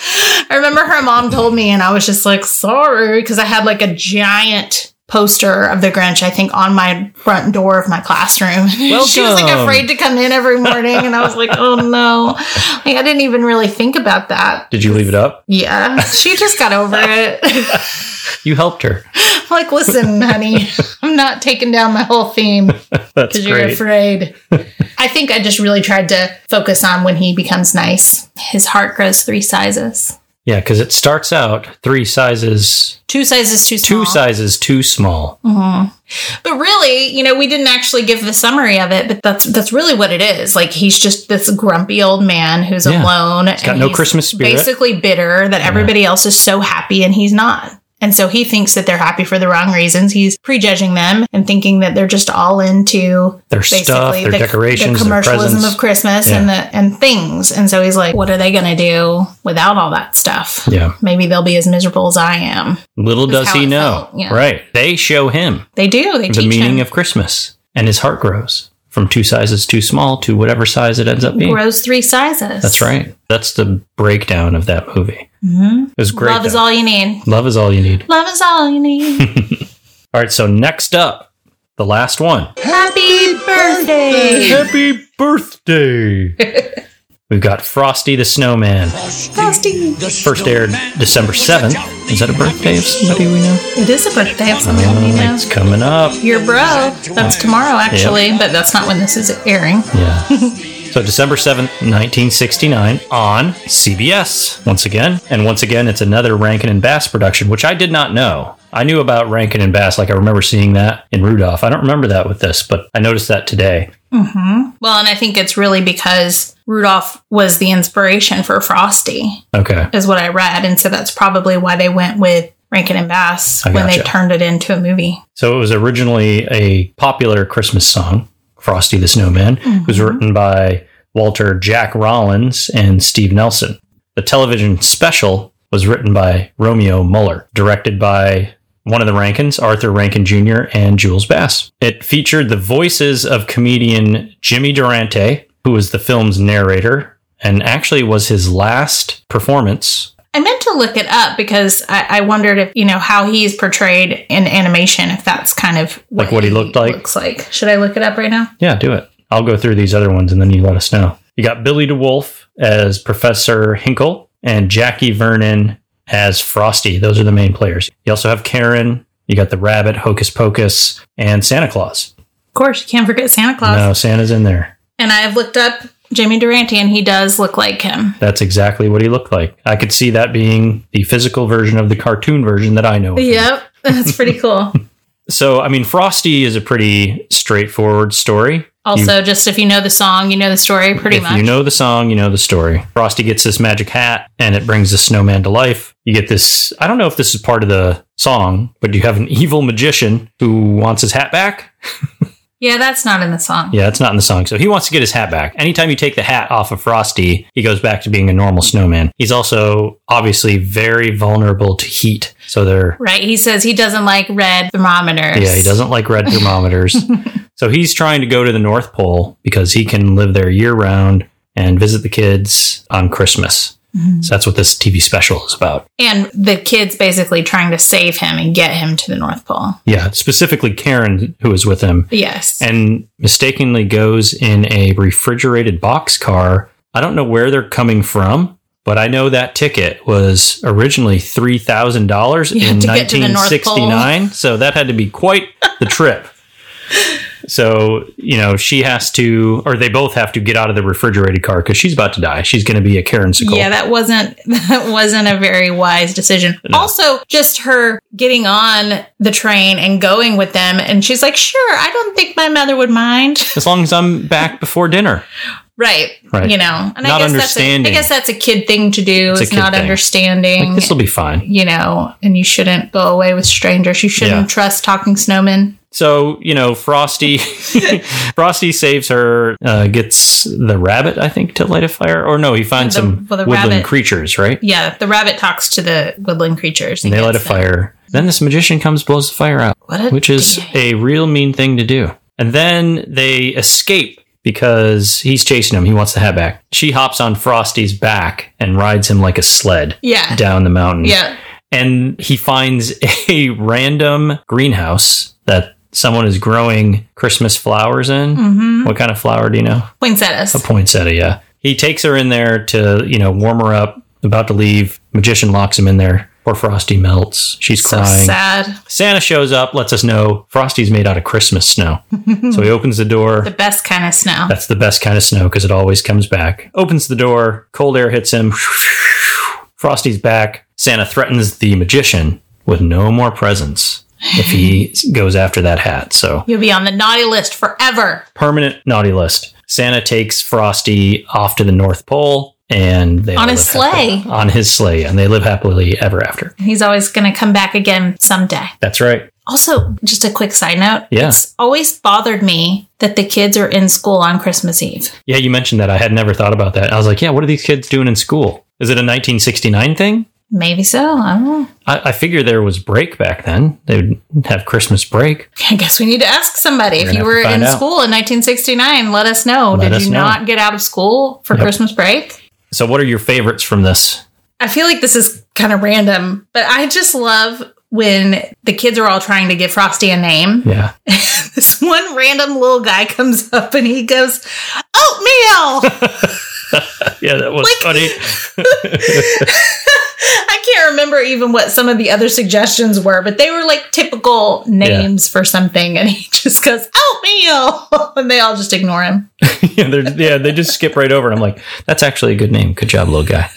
Speaker 2: I remember her mom told me, and I was just like, sorry, because I had like a giant poster of the Grinch, I think, on my front door of my classroom. [LAUGHS] she was like
Speaker 1: Welcome.
Speaker 2: afraid to come in every morning, and I was like, oh no. Like, I didn't even really think about that.
Speaker 1: Did you leave it up?
Speaker 2: Yeah, she just got over it. [LAUGHS]
Speaker 1: You helped her.
Speaker 2: I'm like, listen, honey, I'm not taking down my whole theme
Speaker 1: That's
Speaker 2: because you're
Speaker 1: great.
Speaker 2: afraid. I think I just really tried to focus on when he becomes nice. His heart grows three sizes.
Speaker 1: yeah, because it starts out three sizes,
Speaker 2: Two sizes too
Speaker 1: two
Speaker 2: small.
Speaker 1: sizes too small.
Speaker 2: But really, you know, we didn't actually give the summary of it, but that's that's really what it is. Like he's just this grumpy old man who's
Speaker 1: Yeah.
Speaker 2: alone. He's
Speaker 1: got no Christmas spirit.
Speaker 2: Basically bitter that everybody else is so happy and he's not. And so he thinks that they're happy for the wrong reasons. He's prejudging them and thinking that they're just all into
Speaker 1: Their stuff, their
Speaker 2: the-
Speaker 1: decorations,
Speaker 2: the
Speaker 1: their
Speaker 2: commercialism
Speaker 1: presents.
Speaker 2: of Christmas and the and things. And so he's like, what are they going to do without all that stuff?
Speaker 1: yeah.
Speaker 2: Maybe they'll be as miserable as I am.
Speaker 1: Little
Speaker 2: That's
Speaker 1: does
Speaker 2: how
Speaker 1: he
Speaker 2: it
Speaker 1: know.
Speaker 2: felt, yeah.
Speaker 1: Right. They show him
Speaker 2: They do. They
Speaker 1: the
Speaker 2: teach
Speaker 1: meaning
Speaker 2: him.
Speaker 1: of Christmas, and his heart grows from two sizes too small to whatever size it ends up being.
Speaker 2: grows three sizes.
Speaker 1: That's right. That's the breakdown of that movie.
Speaker 2: Mm-hmm.
Speaker 1: It was great.
Speaker 2: Love is
Speaker 1: though.
Speaker 2: all you need.
Speaker 1: Love is all you need.
Speaker 2: Love is all
Speaker 1: [LAUGHS]
Speaker 2: you need.
Speaker 1: All right. So next up, the last one.
Speaker 2: Happy birthday,
Speaker 1: Happy birthday. [LAUGHS] We've got Frosty the Snowman.
Speaker 2: Frosty.
Speaker 1: First aired December 7th. Is that a birthday of somebody we know?
Speaker 2: It is a birthday of somebody
Speaker 1: Uh,
Speaker 2: you know.
Speaker 1: It's coming up.
Speaker 2: Your bro. That's tomorrow, actually, but that's not when this is airing.
Speaker 1: Yeah. so December 7th, 1969 on CBS once again. And once again, it's another Rankin and Bass production, which I did not know. I knew about Rankin and Bass. Like I remember seeing that in Rudolph. I don't remember that with this, but I noticed that today.
Speaker 2: Well, and I think it's really because Rudolph was the inspiration for Frosty,
Speaker 1: Okay.
Speaker 2: is what I read, and so that's probably why they went with Rankin and Bass
Speaker 1: I
Speaker 2: when they
Speaker 1: gotcha.
Speaker 2: turned it into a movie.
Speaker 1: So it was originally a popular Christmas song, Frosty the Snowman, it was written by Walter Jack Rollins and Steve Nelson. The television special was written by Romeo Muller, directed by one of the Rankins, Arthur Rankin Jr. and Jules Bass. It featured the voices of comedian Jimmy Durante, who was the film's narrator, and actually was his last performance.
Speaker 2: I meant to look it up because I, I wondered if you know how he's portrayed in animation, if that's kind of
Speaker 1: Like what he looked like?
Speaker 2: Looks like. Should I look it up right now?
Speaker 1: Yeah, do it. I'll go through these other ones and then you let us know. You got Billy DeWolf as Professor Hinkle and Jackie Vernon as Frosty. Those are the main players. You also have Karen. You got the rabbit, Hocus Pocus, and Santa Claus.
Speaker 2: Of course, you can't forget Santa Claus.
Speaker 1: No, Santa's in there.
Speaker 2: And I have looked up Jimmy Durante, and he does look like him.
Speaker 1: That's exactly what he looked like. I could see that being the physical version of the cartoon version that I know. of him.
Speaker 2: Yep, that's pretty
Speaker 1: [LAUGHS]
Speaker 2: cool.
Speaker 1: So, I mean, Frosty is a pretty straightforward story.
Speaker 2: Also, just if you know the song, you know the story pretty
Speaker 1: if
Speaker 2: much.
Speaker 1: you know the song, you know the story. Frosty gets this magic hat and it brings the snowman to life. You get this I don't know if this is part of the song, but you have an evil magician who wants his hat back.
Speaker 2: yeah, that's not in the song.
Speaker 1: Yeah, it's not in the song. So he wants to get his hat back. Anytime you take the hat off of Frosty, he goes back to being a normal snowman. He's also obviously very vulnerable to heat. So they're
Speaker 2: Right? He says he doesn't like red thermometers.
Speaker 1: Yeah, he doesn't like red thermometers. so he's trying to go to the North Pole because he can live there year round and visit the kids on Christmas. So that's what this TV special is about.
Speaker 2: And the kid's basically trying to save him and get him to the North Pole.
Speaker 1: Yeah, specifically Karen, who is with him,
Speaker 2: Yes.
Speaker 1: and mistakenly goes in a refrigerated box car. I don't know where they're coming from, but I know that ticket was originally three thousand dollars
Speaker 2: Yeah,
Speaker 1: in
Speaker 2: to get to the
Speaker 1: nineteen
Speaker 2: North
Speaker 1: sixty nine. So that had to be quite the
Speaker 2: [LAUGHS]
Speaker 1: trip. So, you know, she has to, or they both have to get out of the refrigerated car because she's about to die. She's going to be a Karen Sickle.
Speaker 2: Yeah, that wasn't [LAUGHS] that wasn't a very wise decision. Also, just her getting on the train and going with them, and she's like, "Sure, I don't think my mother would mind." [LAUGHS]
Speaker 1: As long as I'm back before dinner.
Speaker 2: right,
Speaker 1: Right.
Speaker 2: You know, and
Speaker 1: Not
Speaker 2: I guess That's a,
Speaker 1: understanding.
Speaker 2: I guess that's a kid thing to do.
Speaker 1: It's a
Speaker 2: It's,
Speaker 1: kid
Speaker 2: not
Speaker 1: thing.
Speaker 2: understanding.
Speaker 1: This will be fine.
Speaker 2: you know, and you shouldn't go away with strangers. You shouldn't
Speaker 1: Yeah.
Speaker 2: trust talking snowmen.
Speaker 1: So you know,
Speaker 2: [LAUGHS]
Speaker 1: Frosty, Frosty saves her, uh, gets the rabbit, I think, to light a fire. Or no, he finds
Speaker 2: The-
Speaker 1: some
Speaker 2: well, the
Speaker 1: woodland
Speaker 2: rabbit-
Speaker 1: creatures, right?
Speaker 2: Yeah, the rabbit talks to the woodland creatures.
Speaker 1: And they light a
Speaker 2: gets them.
Speaker 1: fire. Then this magician comes, blows the fire out,
Speaker 2: What a
Speaker 1: which
Speaker 2: [LAUGHS]
Speaker 1: is
Speaker 2: dick.
Speaker 1: a real mean thing to do. And then they escape because he's chasing him. He wants the hat back. She hops on Frosty's back and rides him like a sled
Speaker 2: yeah,
Speaker 1: down the mountain.
Speaker 2: yeah,
Speaker 1: and he finds [LAUGHS] a random greenhouse that someone is growing Christmas flowers in.
Speaker 2: mm-hmm.
Speaker 1: What kind of flower do you know?
Speaker 2: poinsettias.
Speaker 1: Hmm. A poinsettia. yeah. He takes her in there to, you know, warm her up, about to leave. Magician locks him in there. Poor Frosty melts. She's
Speaker 2: So
Speaker 1: crying.
Speaker 2: sad.
Speaker 1: Santa shows up, lets us know Frosty's made out of Christmas snow. [LAUGHS] so he opens the door.
Speaker 2: The best kind of snow.
Speaker 1: That's the best kind of snow because it always comes back. Opens the door, cold air hits him. [LAUGHS] Frosty's back. Santa threatens the magician with no more presents if [LAUGHS] he goes after that hat. So,
Speaker 2: You'll be on the naughty list forever.
Speaker 1: permanent naughty list. Santa takes Frosty off to the North Pole and they
Speaker 2: On
Speaker 1: all
Speaker 2: his
Speaker 1: live happily-
Speaker 2: sleigh.
Speaker 1: on his sleigh and they live happily ever after.
Speaker 2: He's always going to come back again someday.
Speaker 1: That's right.
Speaker 2: Also, just a quick side note.
Speaker 1: Yeah.
Speaker 2: It's always bothered me that the kids are in school on Christmas Eve.
Speaker 1: Yeah, you mentioned that. I had never thought about that. I was like, yeah, what are these kids doing in school? Is it a 1969 thing?
Speaker 2: Maybe so. I don't know.
Speaker 1: I, I figure there was break back then. They would have Christmas break.
Speaker 2: I guess we need to ask somebody.
Speaker 1: We're
Speaker 2: if you
Speaker 1: gonna
Speaker 2: were
Speaker 1: have to
Speaker 2: in
Speaker 1: find out.
Speaker 2: school in 1969, let us know.
Speaker 1: Let
Speaker 2: Did
Speaker 1: us
Speaker 2: you
Speaker 1: know.
Speaker 2: not get out of school for
Speaker 1: Yep.
Speaker 2: Christmas break?
Speaker 1: So, what are your favorites from this?
Speaker 2: I feel like this is kind of random, but I just love when the kids are all trying to give Frosty a name.
Speaker 1: Yeah.
Speaker 2: [LAUGHS] This one random little guy comes up and he goes, Oatmeal!
Speaker 1: Yeah, that was funny. [LAUGHS]
Speaker 2: I can't remember even what some of the other suggestions were, but they were like typical names for something. And [LAUGHS] he just goes, Oatmeal! [LAUGHS] And they all just ignore him.
Speaker 1: yeah, they're- yeah, they just skip right over. And I'm like, that's actually a good name. Good job, little guy.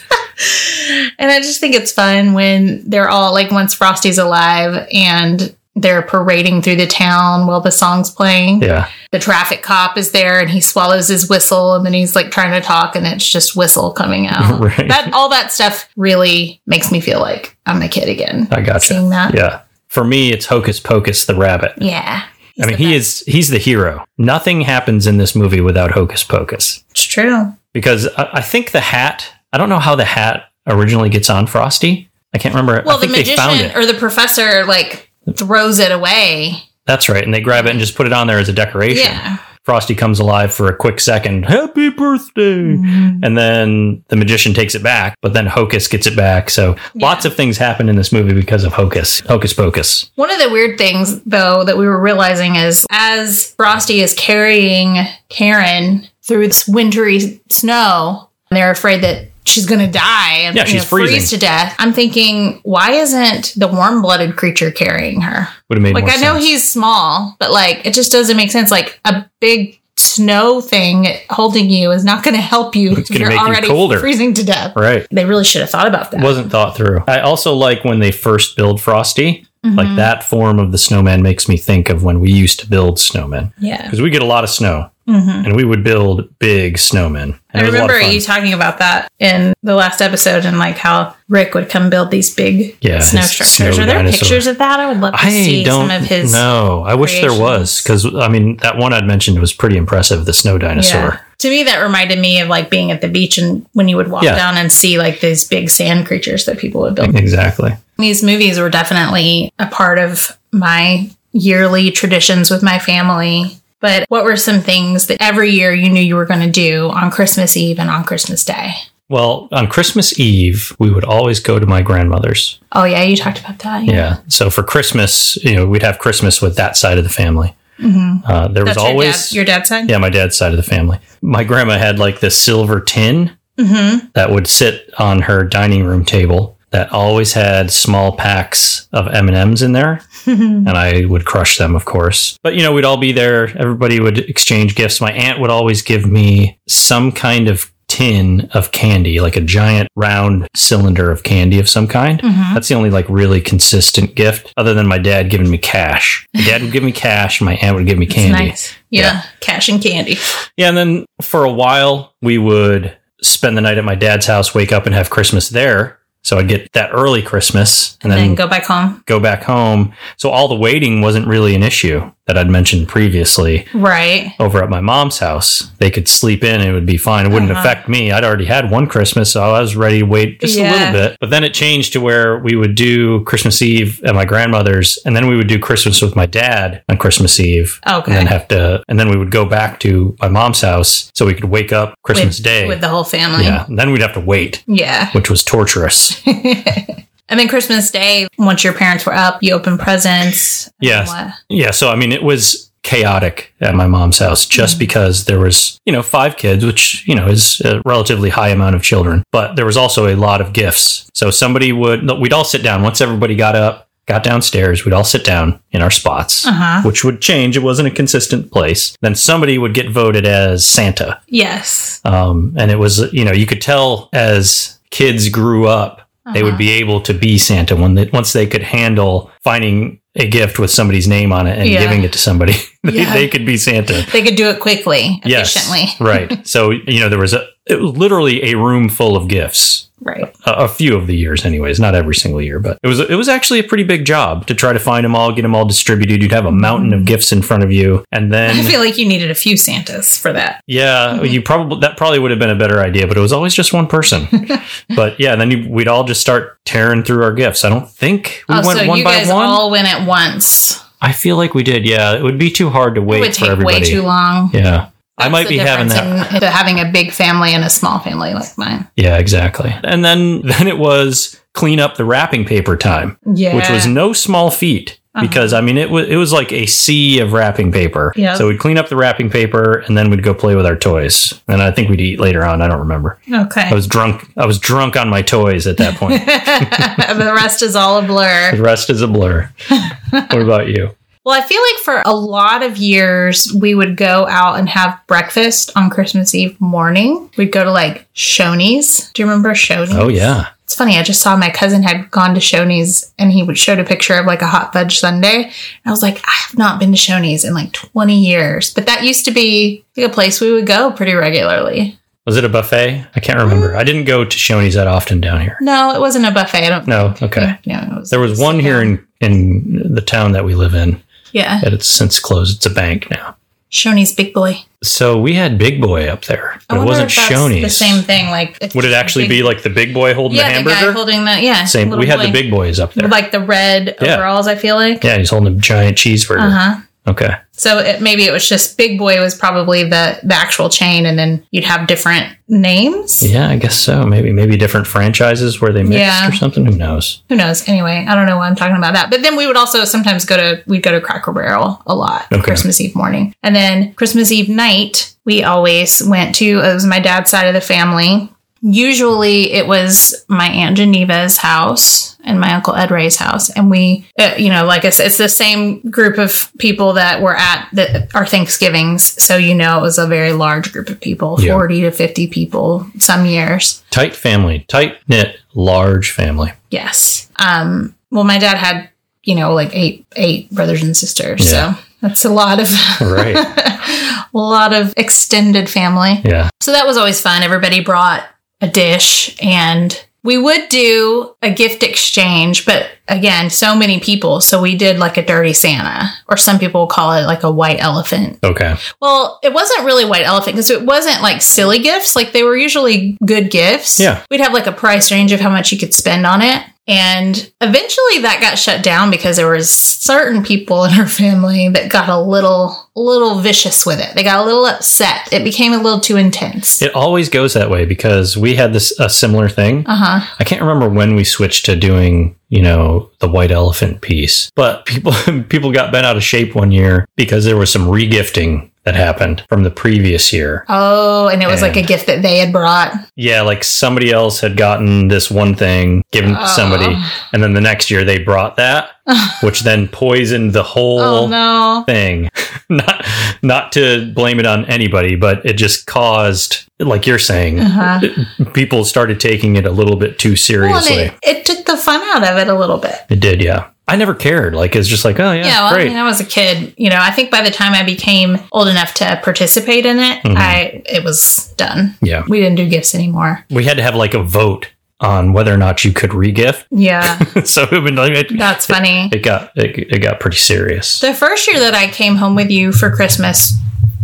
Speaker 2: And I just think it's fun when they're all like, once Frosty's alive and they're parading through the town while the song's playing.
Speaker 1: Yeah. [LAUGHS]
Speaker 2: The traffic cop is there and he swallows his whistle and then he's like trying to talk and it's just whistle
Speaker 1: [LAUGHS]
Speaker 2: coming out.
Speaker 1: Right.
Speaker 2: That all that stuff really makes me feel like I'm a kid again.
Speaker 1: I gotcha.
Speaker 2: Seeing that.
Speaker 1: Yeah. For me, it's Hocus Pocus the rabbit.
Speaker 2: Yeah.
Speaker 1: I mean, he is, he's the hero. Nothing happens in this movie without Hocus Pocus
Speaker 2: It's true.
Speaker 1: because I, I think the hat, I don't know how the hat originally gets on Frosty. I can't remember.
Speaker 2: Well,
Speaker 1: I
Speaker 2: the
Speaker 1: think they found it.
Speaker 2: magician or the professor like throws it away.
Speaker 1: That's right. And they grab it and just put it on there as a decoration.
Speaker 2: Yeah.
Speaker 1: Frosty comes alive for a quick second. Happy birthday.
Speaker 2: Mm-hmm.
Speaker 1: And then the magician takes it back, but then Hocus gets it back. So lots of things happen in this movie because of Hocus. Hocus Pocus.
Speaker 2: One of the weird things, though, that we were realizing is as Frosty is carrying Karen through this wintry snow, they're afraid that she's going to die and
Speaker 1: Yeah, she's
Speaker 2: freeze
Speaker 1: freezing.
Speaker 2: to death. I'm thinking, why isn't the warm blooded creature carrying her?
Speaker 1: Would have made
Speaker 2: Like,
Speaker 1: more
Speaker 2: I know
Speaker 1: sense.
Speaker 2: he's small, but like, it just doesn't make sense. Like, a big snow thing holding you is not going to help you if
Speaker 1: gonna
Speaker 2: you're
Speaker 1: make you
Speaker 2: already
Speaker 1: colder.
Speaker 2: freezing to death.
Speaker 1: Right.
Speaker 2: They really should have thought about that.
Speaker 1: Wasn't thought through. I also like when they first build Frosty.
Speaker 2: Mm-hmm.
Speaker 1: Like that form of the snowman makes me think of when we used to build snowmen
Speaker 2: yeah.
Speaker 1: because we get a lot of snow
Speaker 2: Mm-hmm.
Speaker 1: and we would build big snowmen. And
Speaker 2: I
Speaker 1: it was a lot of
Speaker 2: remember
Speaker 1: fun.
Speaker 2: you talking about that in the last episode and like how Rick would come build these big
Speaker 1: Yeah,
Speaker 2: snow
Speaker 1: his
Speaker 2: structures.
Speaker 1: snow
Speaker 2: Are there
Speaker 1: dinosaur.
Speaker 2: pictures of that? I would love to
Speaker 1: I
Speaker 2: see
Speaker 1: don't
Speaker 2: some of his.
Speaker 1: know. I wish there was because I mean that one I'd mentioned was pretty impressive. The snow
Speaker 2: Yeah.
Speaker 1: dinosaur.
Speaker 2: To me, that reminded me of like being at the beach and when you would walk
Speaker 1: Yeah.
Speaker 2: down and see like these big sand creatures that people would
Speaker 1: [LAUGHS]
Speaker 2: build.
Speaker 1: Exactly.
Speaker 2: These movies were definitely a part of my yearly traditions with my family. But what were some things that every year you knew you were going to do on Christmas Eve and on Christmas Day?
Speaker 1: Well, on Christmas Eve, we would always go to my grandmother's.
Speaker 2: Oh, yeah, you talked about that.
Speaker 1: Yeah. So for Christmas, you know, we'd have Christmas with that side of the family. Uh, there
Speaker 2: Mm-hmm.
Speaker 1: was
Speaker 2: That's
Speaker 1: always,
Speaker 2: your, dad, your dad's side?
Speaker 1: yeah, my dad's side of the family. My grandma had like this silver tin
Speaker 2: Mm-hmm.
Speaker 1: that would sit on her dining room table that always had small packs of M&Ms in
Speaker 2: [LAUGHS]
Speaker 1: there and I would crush them of course. But you know, we'd all be there, everybody would exchange gifts. My aunt would always give me some kind of tin of candy, like a giant round cylinder of candy of some kind.
Speaker 2: Mm-hmm.
Speaker 1: That's the only like really consistent gift other than my dad giving me cash. My dad would give me cash, my aunt would give me candy.
Speaker 2: Nice. Yeah.
Speaker 1: Yeah.
Speaker 2: Cash and candy.
Speaker 1: Yeah, and then for a while we would spend the night at my dad's house, wake up and have Christmas there. So I'd get that early Christmas and,
Speaker 2: And
Speaker 1: then,
Speaker 2: then
Speaker 1: go-,
Speaker 2: go back home.
Speaker 1: back home. So all the waiting wasn't really an issue. that I'd mentioned previously
Speaker 2: Right.
Speaker 1: over at my mom's house. They could sleep in and it would be fine. It wouldn't
Speaker 2: Uh-huh.
Speaker 1: affect me. I'd already had one Christmas, so I was ready to wait just a
Speaker 2: Yeah.
Speaker 1: little bit. But then it changed to where we would do Christmas Eve at my grandmother's, and then we would do Christmas with my dad on Christmas Eve.
Speaker 2: Okay.
Speaker 1: And then have to, and then we would go back to my mom's house so we could wake up Christmas
Speaker 2: with,
Speaker 1: Day.
Speaker 2: with the whole family.
Speaker 1: yeah. And then we'd have to wait,
Speaker 2: Yeah.
Speaker 1: which was torturous.
Speaker 2: And then Christmas Day, once your parents were up, you opened presents. and
Speaker 1: Yes.
Speaker 2: what-
Speaker 1: Yeah, so I mean, it was chaotic at my mom's house just because there was, you know, five kids, which, you know, is a relatively high amount of children, but there was also a lot of gifts. So somebody would, we'd all sit down. Once everybody got up, got downstairs, we'd all sit down in our spots.
Speaker 2: Uh-huh.
Speaker 1: Which would change. It wasn't a consistent place. Then somebody would get voted as Santa.
Speaker 2: Yes.
Speaker 1: Um, and it was, you know, you could tell as kids grew up, they would
Speaker 2: Uh-huh.
Speaker 1: be able to be Santa when they, once they could handle finding a gift with somebody's name on it and
Speaker 2: Yeah.
Speaker 1: giving it to somebody. [LAUGHS] they,
Speaker 2: Yeah.
Speaker 1: they could be Santa.
Speaker 2: They could do it quickly, efficiently.
Speaker 1: Yes, right. So you know there was a it was literally a room full of gifts.
Speaker 2: Right.
Speaker 1: A, a few of the years, anyways, not every single year, but it was it was actually a pretty big job to try to find them all, get them all distributed. You'd have a mountain of gifts in front of you, and then
Speaker 2: Mm. I feel like you needed a few Santas for that.
Speaker 1: yeah,
Speaker 2: Mhm.
Speaker 1: you probably that probably would have been a better idea, but it was always just one
Speaker 2: [LAUGHS]
Speaker 1: person. but yeah, then you, we'd all just start tearing through our gifts. I don't think we
Speaker 2: oh,
Speaker 1: went
Speaker 2: so
Speaker 1: one
Speaker 2: you
Speaker 1: by
Speaker 2: guys
Speaker 1: one.
Speaker 2: all went at once.
Speaker 1: I feel like we did. Yeah, it would be too hard to
Speaker 2: it
Speaker 1: wait
Speaker 2: would
Speaker 1: for
Speaker 2: take way
Speaker 1: everybody.
Speaker 2: too long.
Speaker 1: yeah, I
Speaker 2: That's
Speaker 1: might be
Speaker 2: the
Speaker 1: having that.
Speaker 2: difference in- in having a big family and a small family like mine.
Speaker 1: yeah, exactly. And then [LAUGHS] then it was clean up the wrapping paper time,
Speaker 2: Yeah.
Speaker 1: which was no small feat.
Speaker 2: Uh-huh.
Speaker 1: Because I mean, it was it was like a sea of wrapping paper.
Speaker 2: Yeah.
Speaker 1: So we'd clean up the wrapping paper, and then we'd go play with our toys. And I think we'd eat later on. I don't remember.
Speaker 2: okay.
Speaker 1: I was drunk. I was drunk on my toys at that point.
Speaker 2: the rest is all a
Speaker 1: the
Speaker 2: blur.
Speaker 1: rest is a
Speaker 2: [LAUGHS]
Speaker 1: blur. what about you?
Speaker 2: Well, I feel like for a lot of years, we would go out and have breakfast on Christmas Eve morning. We'd go to like Shoney's. Do you remember Shoney's?
Speaker 1: Oh yeah,
Speaker 2: It's funny. I just saw my cousin had gone to Shoney's and he would showed a picture of like a hot fudge sundae. And I was like, I have not been to Shoney's in like 20 years, but that used to be like a place we would go pretty regularly.
Speaker 1: was it a buffet? I can't remember. I didn't go to Shoney's that often down here.
Speaker 2: No, it wasn't a buffet. I don't
Speaker 1: No, okay.
Speaker 2: No, it was,
Speaker 1: There was one here in in the town that we live in
Speaker 2: yeah,
Speaker 1: that it's since closed. It's a bank now.
Speaker 2: Shoney's Big Boy.
Speaker 1: So we had Big Boy up there,
Speaker 2: I
Speaker 1: but it
Speaker 2: wonder
Speaker 1: wasn't
Speaker 2: if that's
Speaker 1: Shoney's.
Speaker 2: The same thing, like if
Speaker 1: Would it actually be like the Big Boy holding the
Speaker 2: yeah, the
Speaker 1: hamburger?
Speaker 2: guy holding the yeah.
Speaker 1: same.
Speaker 2: little
Speaker 1: We had
Speaker 2: boy.
Speaker 1: the Big Boys up there.
Speaker 2: With, like the red
Speaker 1: Yeah.
Speaker 2: overalls. I feel like
Speaker 1: yeah, he's holding a giant cheeseburger.
Speaker 2: uh huh.
Speaker 1: Okay.
Speaker 2: So it, maybe it was just Big Boy was probably the the actual chain, and then you'd have different names.
Speaker 1: Yeah, I guess so. Maybe maybe different franchises where they mixed
Speaker 2: Yeah.
Speaker 1: or something. Who knows?
Speaker 2: Who knows? Anyway, I don't know why I'm talking about that. But then we would also sometimes go to we'd go to Cracker Barrel a lot
Speaker 1: Okay.
Speaker 2: Christmas Eve morning, and then Christmas Eve night we always went to it was my dad's side of the family. Usually it was my aunt Geneva's house and my uncle Ed Ray's house, and we, uh, you know, like I said, it's the same group of people that were at the, our Thanksgivings. So you know, it was a very large group of people,
Speaker 1: Yeah.
Speaker 2: forty to fifty people some years.
Speaker 1: Tight family, tight knit, large family.
Speaker 2: Yes. Um, well, my dad had, you know, like eight eight brothers and sisters,
Speaker 1: Yeah.
Speaker 2: so that's a lot of [LAUGHS]
Speaker 1: Right.
Speaker 2: a lot of extended family.
Speaker 1: [LAUGHS] Yeah.
Speaker 2: So that was always fun. Everybody brought a dish and we would do a gift exchange, but again, so many people. So we did like a dirty Santa, or some people call it like a white elephant.
Speaker 1: Okay.
Speaker 2: Well, it wasn't really white elephant because it wasn't like silly gifts. Like they were usually good gifts.
Speaker 1: Yeah.
Speaker 2: We'd have like a price range of how much you could spend on it. And eventually that got shut down because there was certain people in her [LAUGHS] family that got a little little vicious with it. They got a little upset. It became a little too intense.
Speaker 1: It always goes that way because we had this a similar thing.
Speaker 2: Uh-huh.
Speaker 1: I can't remember when we switched to doing, you know, the white elephant piece, but people [LAUGHS] people got bent out of shape one year because there was some regifting that happened from the previous year.
Speaker 2: Oh, and it was like a
Speaker 1: And-
Speaker 2: gift that they had brought.
Speaker 1: Yeah, like somebody else had gotten this one thing given to somebody,
Speaker 2: Oh.
Speaker 1: and then the next year they brought
Speaker 2: [LAUGHS]
Speaker 1: that, which then poisoned the whole
Speaker 2: oh no.
Speaker 1: thing. [LAUGHS] not not to blame it on anybody, but it just caused, like you're saying, [LAUGHS]
Speaker 2: Uh-huh.
Speaker 1: people started taking it a little bit too
Speaker 2: Well, and
Speaker 1: seriously.
Speaker 2: it, it took the fun out of it a little bit.
Speaker 1: It did, yeah. I never cared. Like it's just like, oh yeah,
Speaker 2: Yeah, well,
Speaker 1: great.
Speaker 2: I mean, I was a kid. You know, I think by the time I became old enough to participate in it,
Speaker 1: Mhm.
Speaker 2: I it was done.
Speaker 1: yeah,
Speaker 2: We didn't do gifts anymore.
Speaker 1: we had to have like a vote on whether or not you could regift. [LAUGHS]
Speaker 2: Yeah.
Speaker 1: so it, would- it,
Speaker 2: That's funny.
Speaker 1: it got it, it got pretty serious.
Speaker 2: The first year that I came home with you for Christmas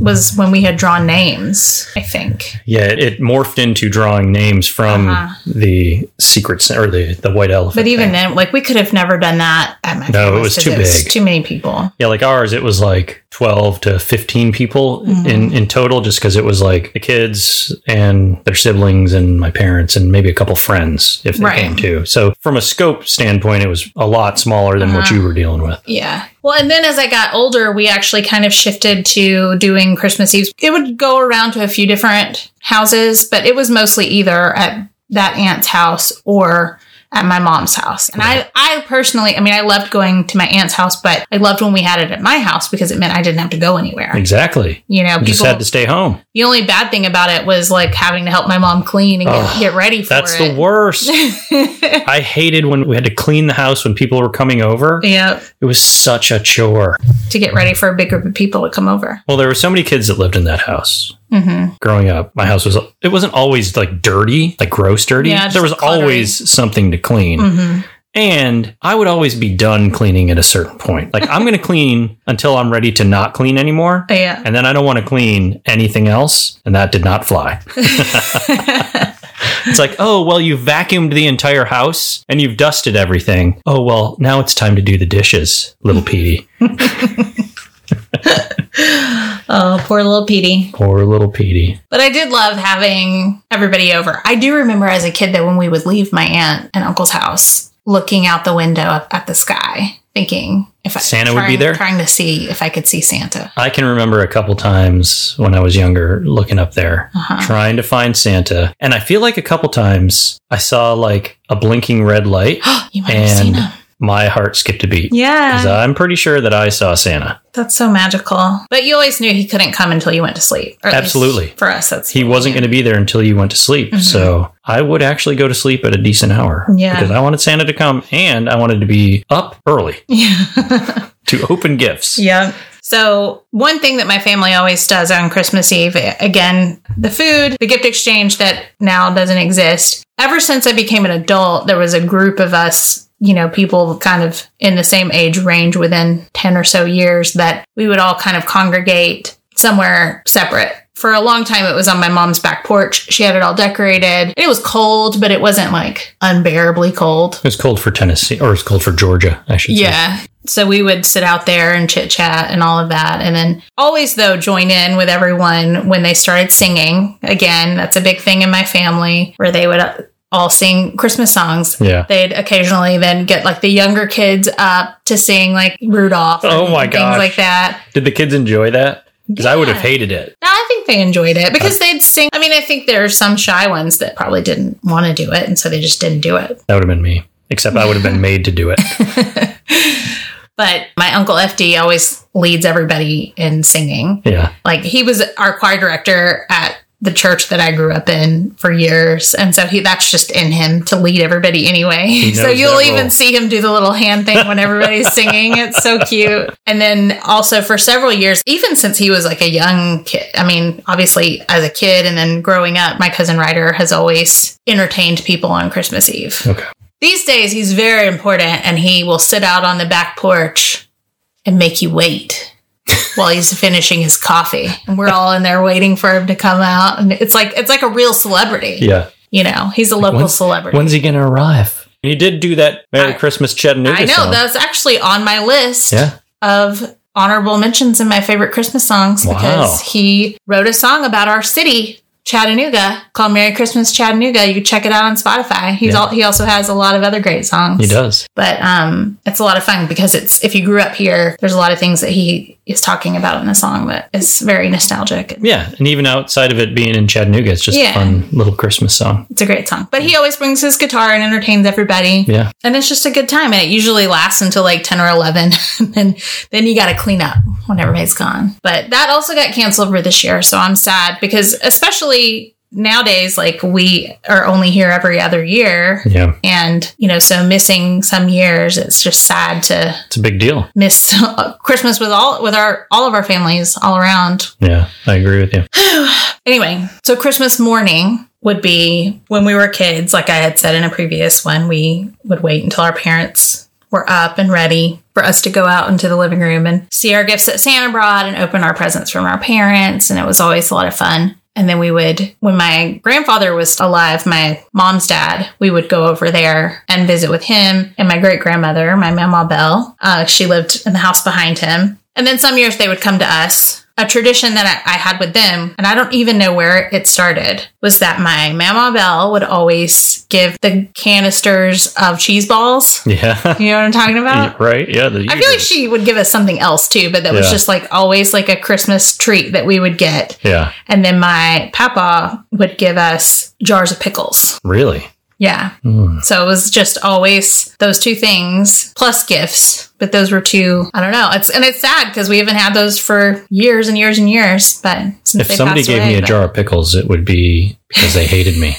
Speaker 2: was when we had drawn names, I think.
Speaker 1: Yeah, it, it morphed into drawing names from
Speaker 2: Uh-huh.
Speaker 1: the secrets or the the white elephant.
Speaker 2: But even then, like we could have never done that at my
Speaker 1: No, it
Speaker 2: family's
Speaker 1: was
Speaker 2: 'cause
Speaker 1: too
Speaker 2: was
Speaker 1: big.
Speaker 2: Too many people.
Speaker 1: yeah, like ours, it was like twelve to fifteen people
Speaker 2: Mm.
Speaker 1: in in total, just because it was like the kids and their siblings and my parents and maybe a couple friends if they
Speaker 2: Right.
Speaker 1: came too. So from a scope standpoint, it was a lot smaller than
Speaker 2: Uh-huh.
Speaker 1: what you were dealing with.
Speaker 2: Yeah. Well, and then as I got older, we actually kind of shifted to doing Christmas Eve. It would go around to a few different houses, but it was mostly either at that aunt's house or at my mom's house. And I, I personally, I mean, I loved going to my aunt's house, but I loved when we had it at my house because it meant I didn't have to go anywhere.
Speaker 1: Exactly.
Speaker 2: You know,
Speaker 1: You just
Speaker 2: people,
Speaker 1: had to stay home.
Speaker 2: the only bad thing about it was like having to help my mom clean and get, get ready for
Speaker 1: That's the
Speaker 2: it.
Speaker 1: worst.
Speaker 2: [LAUGHS]
Speaker 1: I hated when we had to clean the house when people were coming over.
Speaker 2: yeah,
Speaker 1: It was such a chore.
Speaker 2: to get ready for a big group of people to come over.
Speaker 1: Well, there were so many kids that lived in that house.
Speaker 2: Mm-hmm.
Speaker 1: Growing up, my house was it wasn't always like dirty, like gross dirty.
Speaker 2: Yeah, just
Speaker 1: there was
Speaker 2: cluttery.
Speaker 1: always something to clean.
Speaker 2: Mm-hmm.
Speaker 1: And I would always be done cleaning at a certain point. Like I'm going to [LAUGHS] clean until I'm ready to not clean anymore.
Speaker 2: Yeah.
Speaker 1: And then I don't want to clean anything else, and that did not
Speaker 2: [LAUGHS]
Speaker 1: fly. it's like, "Oh, well you vacuumed the entire house and you've dusted everything. Oh, well, now it's time to do the dishes, little Petey."
Speaker 2: Oh, poor little Petey.
Speaker 1: Poor little Petey.
Speaker 2: But I did love having everybody over. I do remember as a kid that when we would leave my aunt and uncle's house, looking out the window up at the sky, thinking if I,
Speaker 1: Santa would
Speaker 2: trying-
Speaker 1: be there?
Speaker 2: trying to see if I could see Santa. [GASPS]
Speaker 1: I can remember a couple times when I was younger looking up there,
Speaker 2: Uh-huh.
Speaker 1: trying to find Santa. And I feel like a couple times I saw like a blinking red
Speaker 2: [GASPS]
Speaker 1: light,
Speaker 2: you might have seen
Speaker 1: and
Speaker 2: him.
Speaker 1: my heart skipped a beat.
Speaker 2: Yeah,
Speaker 1: 'Cause I'm pretty sure that I saw Santa.
Speaker 2: that's so magical. But you always knew he couldn't come until you went to sleep. Or at least
Speaker 1: Absolutely.
Speaker 2: for us, that's
Speaker 1: He wasn't going to be there until you went to sleep. So I would actually go to sleep at a decent hour
Speaker 2: Mm-hmm. Yeah.
Speaker 1: because I wanted Santa to come and I wanted to be up early
Speaker 2: [LAUGHS] Yeah.
Speaker 1: to [LAUGHS] open gifts.
Speaker 2: Yeah. So, one thing that my family always does on Christmas Eve, again, the food, the gift exchange that now doesn't exist. Ever since I became an adult, there was a group of us, you know, people kind of in the same age range within 10 or so years that we would all kind of congregate somewhere separate. For a long time, it was on my mom's back porch. She had it all decorated. It was cold, but it wasn't like unbearably cold.
Speaker 1: It was cold for Tennessee, or it was cold for Georgia, I should say.
Speaker 2: Yeah. So we would sit out there and chit chat and all of that. And then always, though, join in with everyone when they started singing. Again, that's a big thing in my family where they would uh, all sing Christmas songs.
Speaker 1: Yeah.
Speaker 2: They'd occasionally then get like the younger kids up to sing like Rudolph.
Speaker 1: Oh
Speaker 2: and
Speaker 1: my
Speaker 2: Things
Speaker 1: gosh.
Speaker 2: like that.
Speaker 1: Did the kids enjoy that? Because I would have
Speaker 2: Yeah.
Speaker 1: hated it.
Speaker 2: No, I think they enjoyed it because
Speaker 1: Uh,
Speaker 2: they'd sing. I mean, I think there are some shy ones that probably didn't want to do it. And so they just didn't do it.
Speaker 1: That would have been me. Except I would have been made to do [LAUGHS] it.
Speaker 2: But my uncle FD always leads everybody in singing.
Speaker 1: Yeah.
Speaker 2: like he was our choir director at the church that I grew up in for years, and so he that's just in him to lead everybody anyway.
Speaker 1: knows
Speaker 2: [LAUGHS] So you'll
Speaker 1: that
Speaker 2: even
Speaker 1: role.
Speaker 2: see him do the little hand thing
Speaker 1: [LAUGHS]
Speaker 2: when everybody's singing. It's so cute. And then also for several years, even since he was like a young kid, I mean, obviously as a kid and then growing up, my cousin Ryder has always entertained people on Christmas Eve.
Speaker 1: Okay.
Speaker 2: These days, he's very important and he will sit out on the back porch and make you wait while he's finishing his coffee. And we're all in there waiting for him to come out. And it's like it's like a real celebrity.
Speaker 1: Yeah.
Speaker 2: You know, he's a local
Speaker 1: when's-
Speaker 2: celebrity.
Speaker 1: When's he going to arrive? He did do that Merry
Speaker 2: I-
Speaker 1: Christmas Chattanooga
Speaker 2: I know
Speaker 1: song.
Speaker 2: that's actually on my list
Speaker 1: Yeah.
Speaker 2: of honorable mentions in my favorite Christmas songs
Speaker 1: Wow.
Speaker 2: because he wrote a song about our city. Chattanooga called Merry Christmas Chattanooga. You can check it out on Spotify. He's
Speaker 1: Yeah.
Speaker 2: all, he also has a lot of other great songs.
Speaker 1: He does.
Speaker 2: but um, it's a lot of fun because it's if you grew up here, there's a lot of things that he is talking about in the song that is very nostalgic.
Speaker 1: Yeah. And even outside of it being in Chattanooga, it's just
Speaker 2: Yeah.
Speaker 1: a fun little Christmas song.
Speaker 2: It's a great song, but he always brings his guitar and entertains everybody,
Speaker 1: Yeah.
Speaker 2: and it's just a good time. And it usually lasts until like ten or eleven, [LAUGHS] and then then you got to clean up when everybody's gone. But that also got canceled for this year, so I'm sad because especially nowadays, like we are only here every other year.
Speaker 1: Yeah.
Speaker 2: And, you know, so missing some years, it's just sad to
Speaker 1: It's a big deal.
Speaker 2: miss uh, Christmas with all with our all of our families all around.
Speaker 1: Yeah. I agree with you. [LAUGHS]
Speaker 2: Anyway, so Christmas morning would be when we were kids, like I had said in a previous one, we would wait until our parents were up and ready for us to go out into the living room and see our gifts that Santa brought and open our presents from our parents. And it was always a lot of fun. And then we would, when my grandfather was alive, my mom's dad, we would go over there and visit with him and my great grandmother, my Mama Belle. Uh, she lived in the house behind him. And then some years they would come to us. A tradition that I, I had with them, and I don't even know where it started, was that my Mama Belle would always give the canisters of cheese balls.
Speaker 1: Yeah.
Speaker 2: You know what I'm talking
Speaker 1: [LAUGHS]
Speaker 2: about?
Speaker 1: right? Yeah. The
Speaker 2: Uh, I feel
Speaker 1: usual-
Speaker 2: like she would give us something else too, but that was
Speaker 1: Yeah.
Speaker 2: just like always like a Christmas treat that we would get.
Speaker 1: Yeah.
Speaker 2: And then my papa would give us jars of pickles.
Speaker 1: Really?
Speaker 2: Yeah.
Speaker 1: Hmm.
Speaker 2: So it was just always those two things plus gifts. But those were two, I don't know. It's and it's sad because we haven't had those for years and years and years. But since
Speaker 1: If
Speaker 2: they
Speaker 1: somebody
Speaker 2: passed
Speaker 1: gave
Speaker 2: away,
Speaker 1: me a
Speaker 2: but-
Speaker 1: jar of pickles, it would be because they hated
Speaker 2: [LAUGHS]
Speaker 1: me.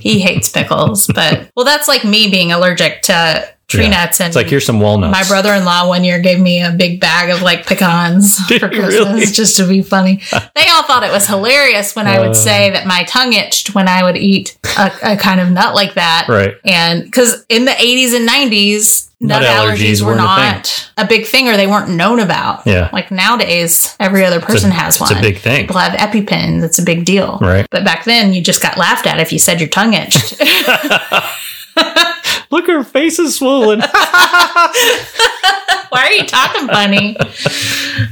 Speaker 2: he hates pickles. But well, that's like me being allergic to tree
Speaker 1: Yeah.
Speaker 2: nuts and
Speaker 1: It's like here's some walnuts.
Speaker 2: My brother in law one year gave me a big bag of
Speaker 1: [LAUGHS]
Speaker 2: like pecans
Speaker 1: Did
Speaker 2: for
Speaker 1: he
Speaker 2: Christmas
Speaker 1: really?
Speaker 2: just to
Speaker 1: [LAUGHS]
Speaker 2: be funny. They all thought it was hilarious when I
Speaker 1: Uh.
Speaker 2: would say that my tongue itched when I would eat a, a kind of nut like that.
Speaker 1: Right.
Speaker 2: And because in the 80s and 90s,
Speaker 1: Nut
Speaker 2: nut,
Speaker 1: allergies
Speaker 2: allergies, were
Speaker 1: weren't a thing.
Speaker 2: not a, big thing or they weren't known about.
Speaker 1: Yeah.
Speaker 2: Like nowadays, every other person has
Speaker 1: It's
Speaker 2: one.
Speaker 1: a big thing.
Speaker 2: People have EpiPens. It's a big deal.
Speaker 1: Right.
Speaker 2: But back then, you just got laughed at if you said your tongue itched.
Speaker 1: Look, her face is
Speaker 2: [LAUGHS]
Speaker 1: swollen.
Speaker 2: Why are you talking funny?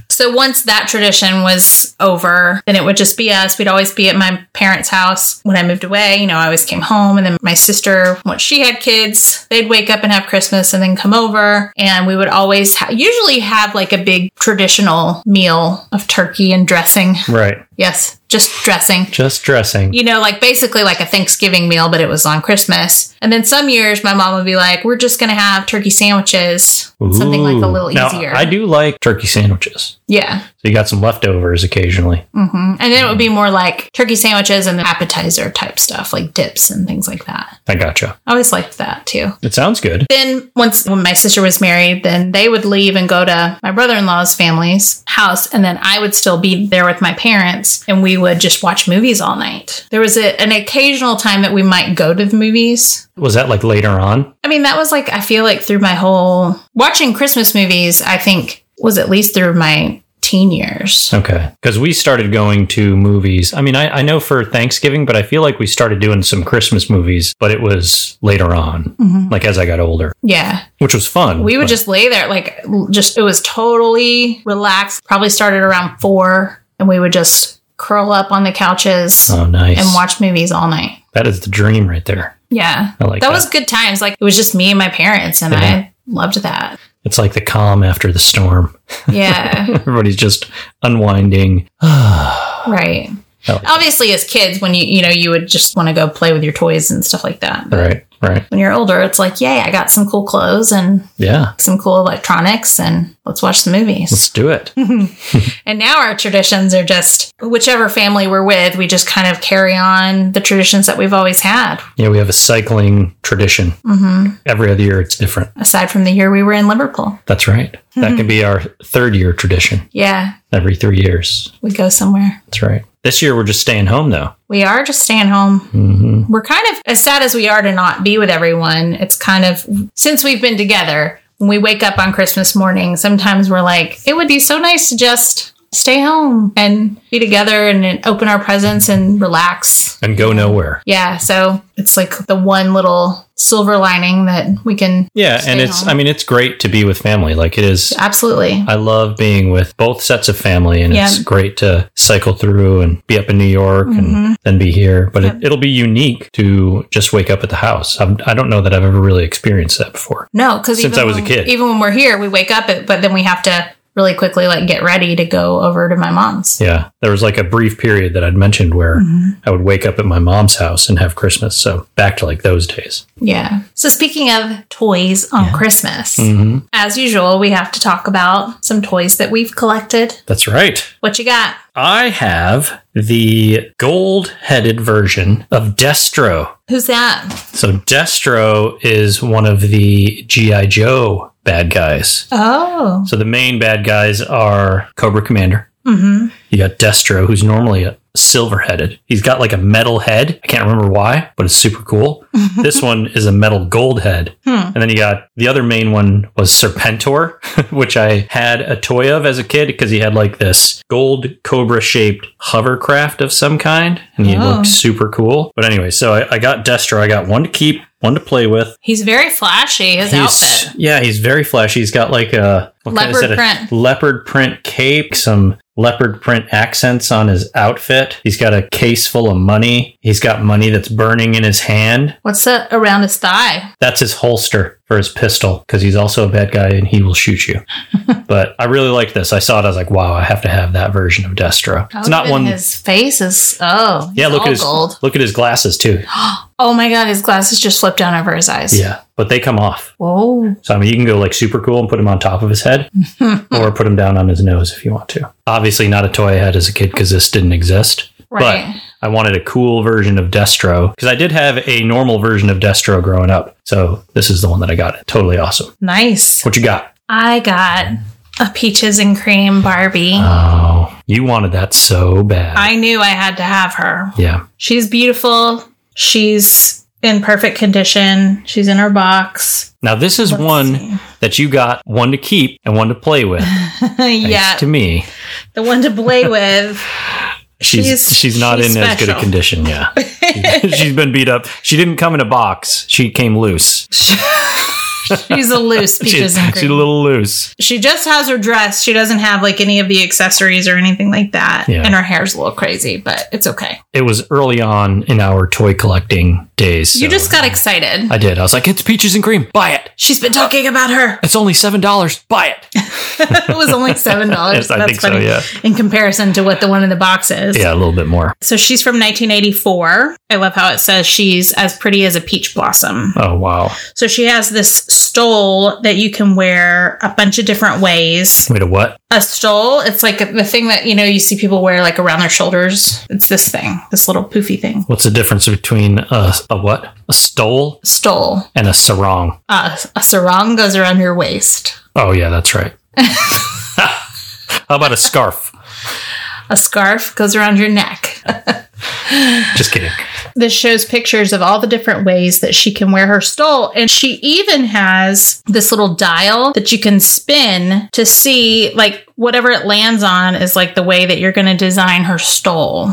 Speaker 2: so once that tradition was over, then it would just be us. We'd always be at my parents' house. When I moved away, you know, I always came home. And then my sister, once she had kids, they'd wake up and have Christmas and then come over. And we would always ha- usually have like a big traditional meal of turkey and dressing.
Speaker 1: right.
Speaker 2: Yes, just dressing
Speaker 1: Just dressing.
Speaker 2: you know, like basically like a Thanksgiving meal, but it was on Christmas. And then some years my mom would be like, we're just going to have turkey sandwiches, something like a
Speaker 1: Ooh.
Speaker 2: little
Speaker 1: Now,
Speaker 2: easier.
Speaker 1: I do like turkey sandwiches.
Speaker 2: yeah.
Speaker 1: So you got some leftovers occasionally.
Speaker 2: hmm And then it would be more like turkey sandwiches and appetizer type stuff, like dips and things like that.
Speaker 1: I gotcha.
Speaker 2: I always liked that too.
Speaker 1: It sounds good.
Speaker 2: Then once when my sister was married, then they would leave and go to my brother-in-law's family's house and then I would still be there with my parents and we would just watch movies all night. There was a, an occasional time that we might go to the movies,
Speaker 1: Was that like later on?
Speaker 2: I mean, that was like, I feel like through my whole watching Christmas movies, I think was at least through my teen years.
Speaker 1: Okay. Because we started going to movies. I mean, I, I know for Thanksgiving, but I feel like we started doing some Christmas movies, but it was later on,
Speaker 2: Mhm.
Speaker 1: like as I got older,
Speaker 2: Yeah.
Speaker 1: which was fun.
Speaker 2: We would
Speaker 1: but-
Speaker 2: just lay there, like, l- just, it was totally relaxed. Probably started around four, and we would just curl up on the couches
Speaker 1: Oh, nice.
Speaker 2: and watch movies all night.
Speaker 1: That is the dream right there.
Speaker 2: Yeah.
Speaker 1: I like
Speaker 2: that was good times. Like, it was just me and my parents, and
Speaker 1: Yeah.
Speaker 2: I loved that.
Speaker 1: It's like the calm after the storm. [LAUGHS]
Speaker 2: Yeah. [LAUGHS]
Speaker 1: Everybody's just unwinding.
Speaker 2: right.
Speaker 1: Oh.
Speaker 2: Obviously, as kids, when you, you know, you would just want to go play with your toys and stuff like that. But
Speaker 1: Right. Right.
Speaker 2: when you're older, it's like, yay, I got some cool clothes and
Speaker 1: Yeah.
Speaker 2: some cool electronics and let's watch the movies.
Speaker 1: Let's do it.
Speaker 2: Mm-hmm. And now our traditions are just whichever family we're with, we just kind of carry on the traditions that we've always had,
Speaker 1: Yeah, we have a cycling tradition.
Speaker 2: hmm
Speaker 1: Every other year, it's different.
Speaker 2: aside from the year we were in Liverpool.
Speaker 1: That's right. That can be our third year tradition.
Speaker 2: Yeah,
Speaker 1: Every three years.
Speaker 2: we go somewhere.
Speaker 1: That's right. This year, we're just staying home though.
Speaker 2: We are just staying home.
Speaker 1: hmm
Speaker 2: We're kind of as sad as we are to not be with everyone. It's kind of since we've been together, when we wake up on Christmas morning, sometimes we're like, it would be so nice to just stay home and be together and open our presents and relax.
Speaker 1: And go nowhere.
Speaker 2: Yeah, so it's like the one little silver lining that we can
Speaker 1: Yeah,
Speaker 2: Stay
Speaker 1: and it's.
Speaker 2: home.
Speaker 1: I mean, it's great to be with family. Like it is.
Speaker 2: absolutely.
Speaker 1: I love being with both sets of family, and it's
Speaker 2: Yeah.
Speaker 1: great to cycle through and be up in New York
Speaker 2: Mm-hmm.
Speaker 1: and then be here. But it, it'll be unique to just wake up at the house. I'm, I don't know that I've ever really experienced that before.
Speaker 2: No, because
Speaker 1: Since I was a kid.
Speaker 2: even when we're here, we wake up, but then we have to really quickly like get ready to go over to my mom's.
Speaker 1: Yeah, there was like a brief period that I'd mentioned where
Speaker 2: Mm-hmm.
Speaker 1: I would wake up at my mom's house and have Christmas. So back to like those days.
Speaker 2: Yeah. So speaking of toys on Christmas,
Speaker 1: Mm-hmm.
Speaker 2: as usual, we have to talk about some toys that we've collected.
Speaker 1: That's right.
Speaker 2: What you got?
Speaker 1: I have the gold headed version of Destro.
Speaker 2: Who's that?
Speaker 1: So Destro is one of the G.I. Joe bad guys.
Speaker 2: Oh.
Speaker 1: So the main bad guys are Cobra Commander,
Speaker 2: Mm-hmm.
Speaker 1: You got Destro, who's normally a silver headed. He's got like a metal head. I can't remember why, but it's super cool.
Speaker 2: [LAUGHS]
Speaker 1: this one is a metal gold head.
Speaker 2: Hmm.
Speaker 1: And then you got the other main one was Serpentor, [LAUGHS] which I had a toy of as a kid because he had like this gold cobra shaped hovercraft of some kind and he
Speaker 2: Oh.
Speaker 1: looked super cool. But anyway, so I, I got Destro. I got one to keep, one to play with.
Speaker 2: He's very flashy. His
Speaker 1: He's-
Speaker 2: outfit.
Speaker 1: Yeah, he's very flashy. He's got like a what kind of
Speaker 2: Leopard
Speaker 1: set of-
Speaker 2: print.
Speaker 1: leopard print cape, some leopard print accents on his outfit. He's got a case full of money. He's got money that's burning in his hand.
Speaker 2: What's that around his thigh?
Speaker 1: That's his holster for his pistol because he's also a bad guy and he will shoot
Speaker 2: [LAUGHS]
Speaker 1: you. but I really like this. I saw it. I was like, wow, I have to have that version of Destro. it's not
Speaker 2: Even
Speaker 1: one.
Speaker 2: Oh, His face is oh
Speaker 1: yeah,
Speaker 2: he's
Speaker 1: look
Speaker 2: all
Speaker 1: at his
Speaker 2: gold.
Speaker 1: look at his glasses
Speaker 2: [GASPS]
Speaker 1: too.
Speaker 2: Oh my god, his glasses just flipped down over his eyes.
Speaker 1: Yeah, but they come off.
Speaker 2: Whoa.
Speaker 1: So I mean, you can go like super cool and put him on top of his
Speaker 2: [LAUGHS]
Speaker 1: head, or put him down on his nose if you want to. Obviously, not a toy I had as a kid because this didn't exist.
Speaker 2: Right.
Speaker 1: But I wanted a cool version of Destro because I did have a normal version of Destro growing up. So this is the one that I got. Totally awesome.
Speaker 2: nice.
Speaker 1: What you got?
Speaker 2: I got a peaches and cream Barbie.
Speaker 1: Oh, you wanted that so bad.
Speaker 2: I knew I had to have her.
Speaker 1: yeah,
Speaker 2: She's beautiful. She's in perfect condition. She's in her box. [LAUGHS]
Speaker 1: now this is
Speaker 2: Let's
Speaker 1: one
Speaker 2: see.
Speaker 1: that you got one to keep and one to play with. Thanks
Speaker 2: yeah,
Speaker 1: to me,
Speaker 2: the one to
Speaker 1: [LAUGHS]
Speaker 2: play with.
Speaker 1: she's she's,
Speaker 2: She's-
Speaker 1: not
Speaker 2: she's
Speaker 1: in as good a
Speaker 2: special.
Speaker 1: condition.
Speaker 2: [LAUGHS]
Speaker 1: Yeah, she's been beat up. She didn't come in a box. She came loose.
Speaker 2: She's
Speaker 1: [LAUGHS]
Speaker 2: a loose peaches
Speaker 1: she's,
Speaker 2: and
Speaker 1: she's
Speaker 2: cream.
Speaker 1: a little loose.
Speaker 2: she just has her dress. She doesn't have like any of the accessories or anything like that.
Speaker 1: Yeah.
Speaker 2: And her hair's a little crazy, but it's okay.
Speaker 1: It was early on in our toy collecting days.
Speaker 2: you
Speaker 1: so
Speaker 2: just got excited.
Speaker 1: I did. I was like, it's peaches and cream. Buy it.
Speaker 2: She's been talking about her.
Speaker 1: It's only seven dollars. Buy
Speaker 2: [LAUGHS]
Speaker 1: it.
Speaker 2: it was only seven
Speaker 1: [LAUGHS]
Speaker 2: dollars.
Speaker 1: Yes, I
Speaker 2: That's
Speaker 1: think so,
Speaker 2: funny.
Speaker 1: yeah.
Speaker 2: In comparison to what the one in the box is.
Speaker 1: Yeah, a little bit more.
Speaker 2: So she's from 1984. I love how it says she's as pretty as a peach blossom.
Speaker 1: Oh wow.
Speaker 2: So she has this stole that you can wear a bunch of different ways.
Speaker 1: Wait a what?
Speaker 2: A stole, it's like the thing that you know you see people wear like around their shoulders. It's this thing, this little poofy thing.
Speaker 1: What's the difference between a, a what? A stole
Speaker 2: Stole.
Speaker 1: and a sarong.
Speaker 2: Uh, a sarong goes around your waist.
Speaker 1: Oh yeah, that's
Speaker 2: [LAUGHS]
Speaker 1: right. How about a scarf?
Speaker 2: A scarf goes around your neck.
Speaker 1: Just kidding.
Speaker 2: this shows pictures of all the different ways that she can wear her stole. And she even has this little dial that you can spin to see, like, whatever it lands on is like the way that you're going to design her stole.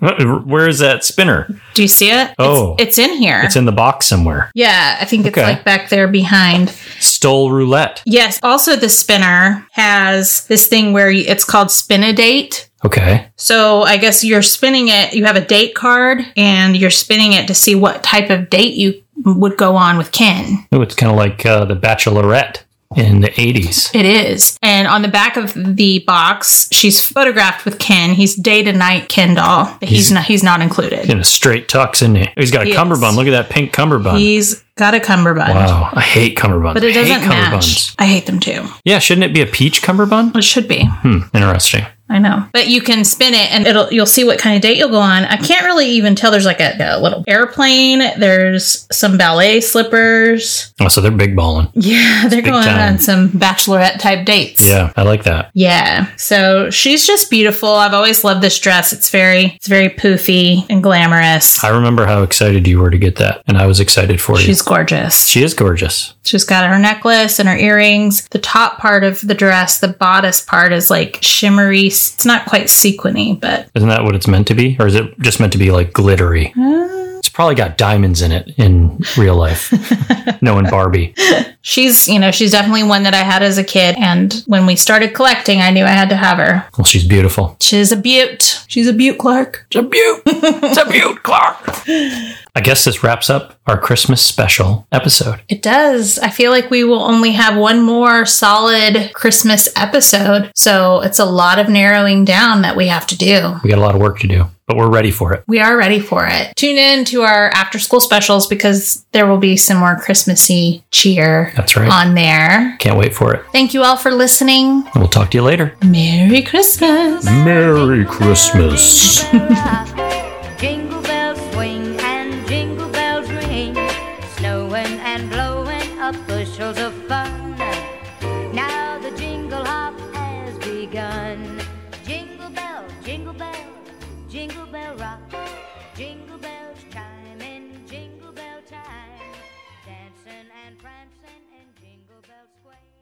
Speaker 1: Where is that spinner?
Speaker 2: Do you see it?
Speaker 1: Oh.
Speaker 2: It's, it's in here.
Speaker 1: It's in the box somewhere.
Speaker 2: yeah, I think it's
Speaker 1: Okay.
Speaker 2: like back there behind.
Speaker 1: Stole roulette.
Speaker 2: Yes, also the spinner has this thing where you, it's called spin a date.
Speaker 1: Okay.
Speaker 2: So I guess you're spinning it, you have a date card and you're spinning it to see what type of date you would go on with Ken.
Speaker 1: Ooh, it's kind of like uh, the Bachelorette in the '80s.
Speaker 2: It is. And on the back of the box, she's photographed with Ken. He's day to night Ken doll, but he's,
Speaker 1: He's-
Speaker 2: not he's not included.
Speaker 1: In a straight tux, isn't he? He's got a
Speaker 2: Yes.
Speaker 1: cummerbund. Look at that pink cummerbund.
Speaker 2: He's got a cummerbund.
Speaker 1: wow, I hate cummerbunds.
Speaker 2: But it
Speaker 1: I hate
Speaker 2: doesn't match.
Speaker 1: cummerbunds.
Speaker 2: I hate them too.
Speaker 1: Yeah, shouldn't it be a peach cummerbund?
Speaker 2: It should be.
Speaker 1: Hmm, interesting.
Speaker 2: I know. But you can spin it and it'll you'll see what kind of date you'll go on. I can't really even tell. There's like a, a little airplane. There's some ballet slippers.
Speaker 1: Oh, so they're big balling.
Speaker 2: Yeah, they're
Speaker 1: big
Speaker 2: going
Speaker 1: time.
Speaker 2: on some bachelorette type dates.
Speaker 1: Yeah, I like that.
Speaker 2: Yeah. So she's just beautiful. I've always loved this dress. It's very it's very poofy and glamorous.
Speaker 1: I remember how excited you were to get that, and I was excited for you.
Speaker 2: She's gorgeous.
Speaker 1: She is gorgeous.
Speaker 2: She's got her necklace and her earrings. The top part of the dress, the bodice part is like shimmery. It's not quite sequiny, but
Speaker 1: Isn't that what it's meant to be, or is it just meant to be like glittery?
Speaker 2: Uh.
Speaker 1: It's probably got diamonds in it in real
Speaker 2: [LAUGHS]
Speaker 1: life. no, in Barbie.
Speaker 2: she's, you know, she's definitely one that I had as a kid. And when we started collecting, I knew I had to have her.
Speaker 1: Well, she's beautiful.
Speaker 2: She's a butte. She's a butte, Clark.
Speaker 1: It's a beaut. It's a beaut, Clark. [LAUGHS] I guess this wraps up our Christmas special episode.
Speaker 2: It does. I feel like we will only have one more solid Christmas episode. So it's a lot of narrowing down that we have to do.
Speaker 1: We got a lot of work to do, but we're ready for it.
Speaker 2: We are ready for it. Tune in to our after school specials because there will be some more Christmassy cheer
Speaker 1: That's right.
Speaker 2: on there.
Speaker 1: Can't wait for it.
Speaker 2: Thank you all for listening.
Speaker 1: And we'll talk to you later.
Speaker 2: Merry Christmas.
Speaker 1: Merry Christmas.
Speaker 3: jingle bells swing and jingle bells ring, snowing and blowing up bushels of fun. Now the jingle hop has begun. Jingle bells. Jingle bell, jingle bell rock. Jingle bells chime in jingle bell time. Dancing and prancing in Jingle Bell Square.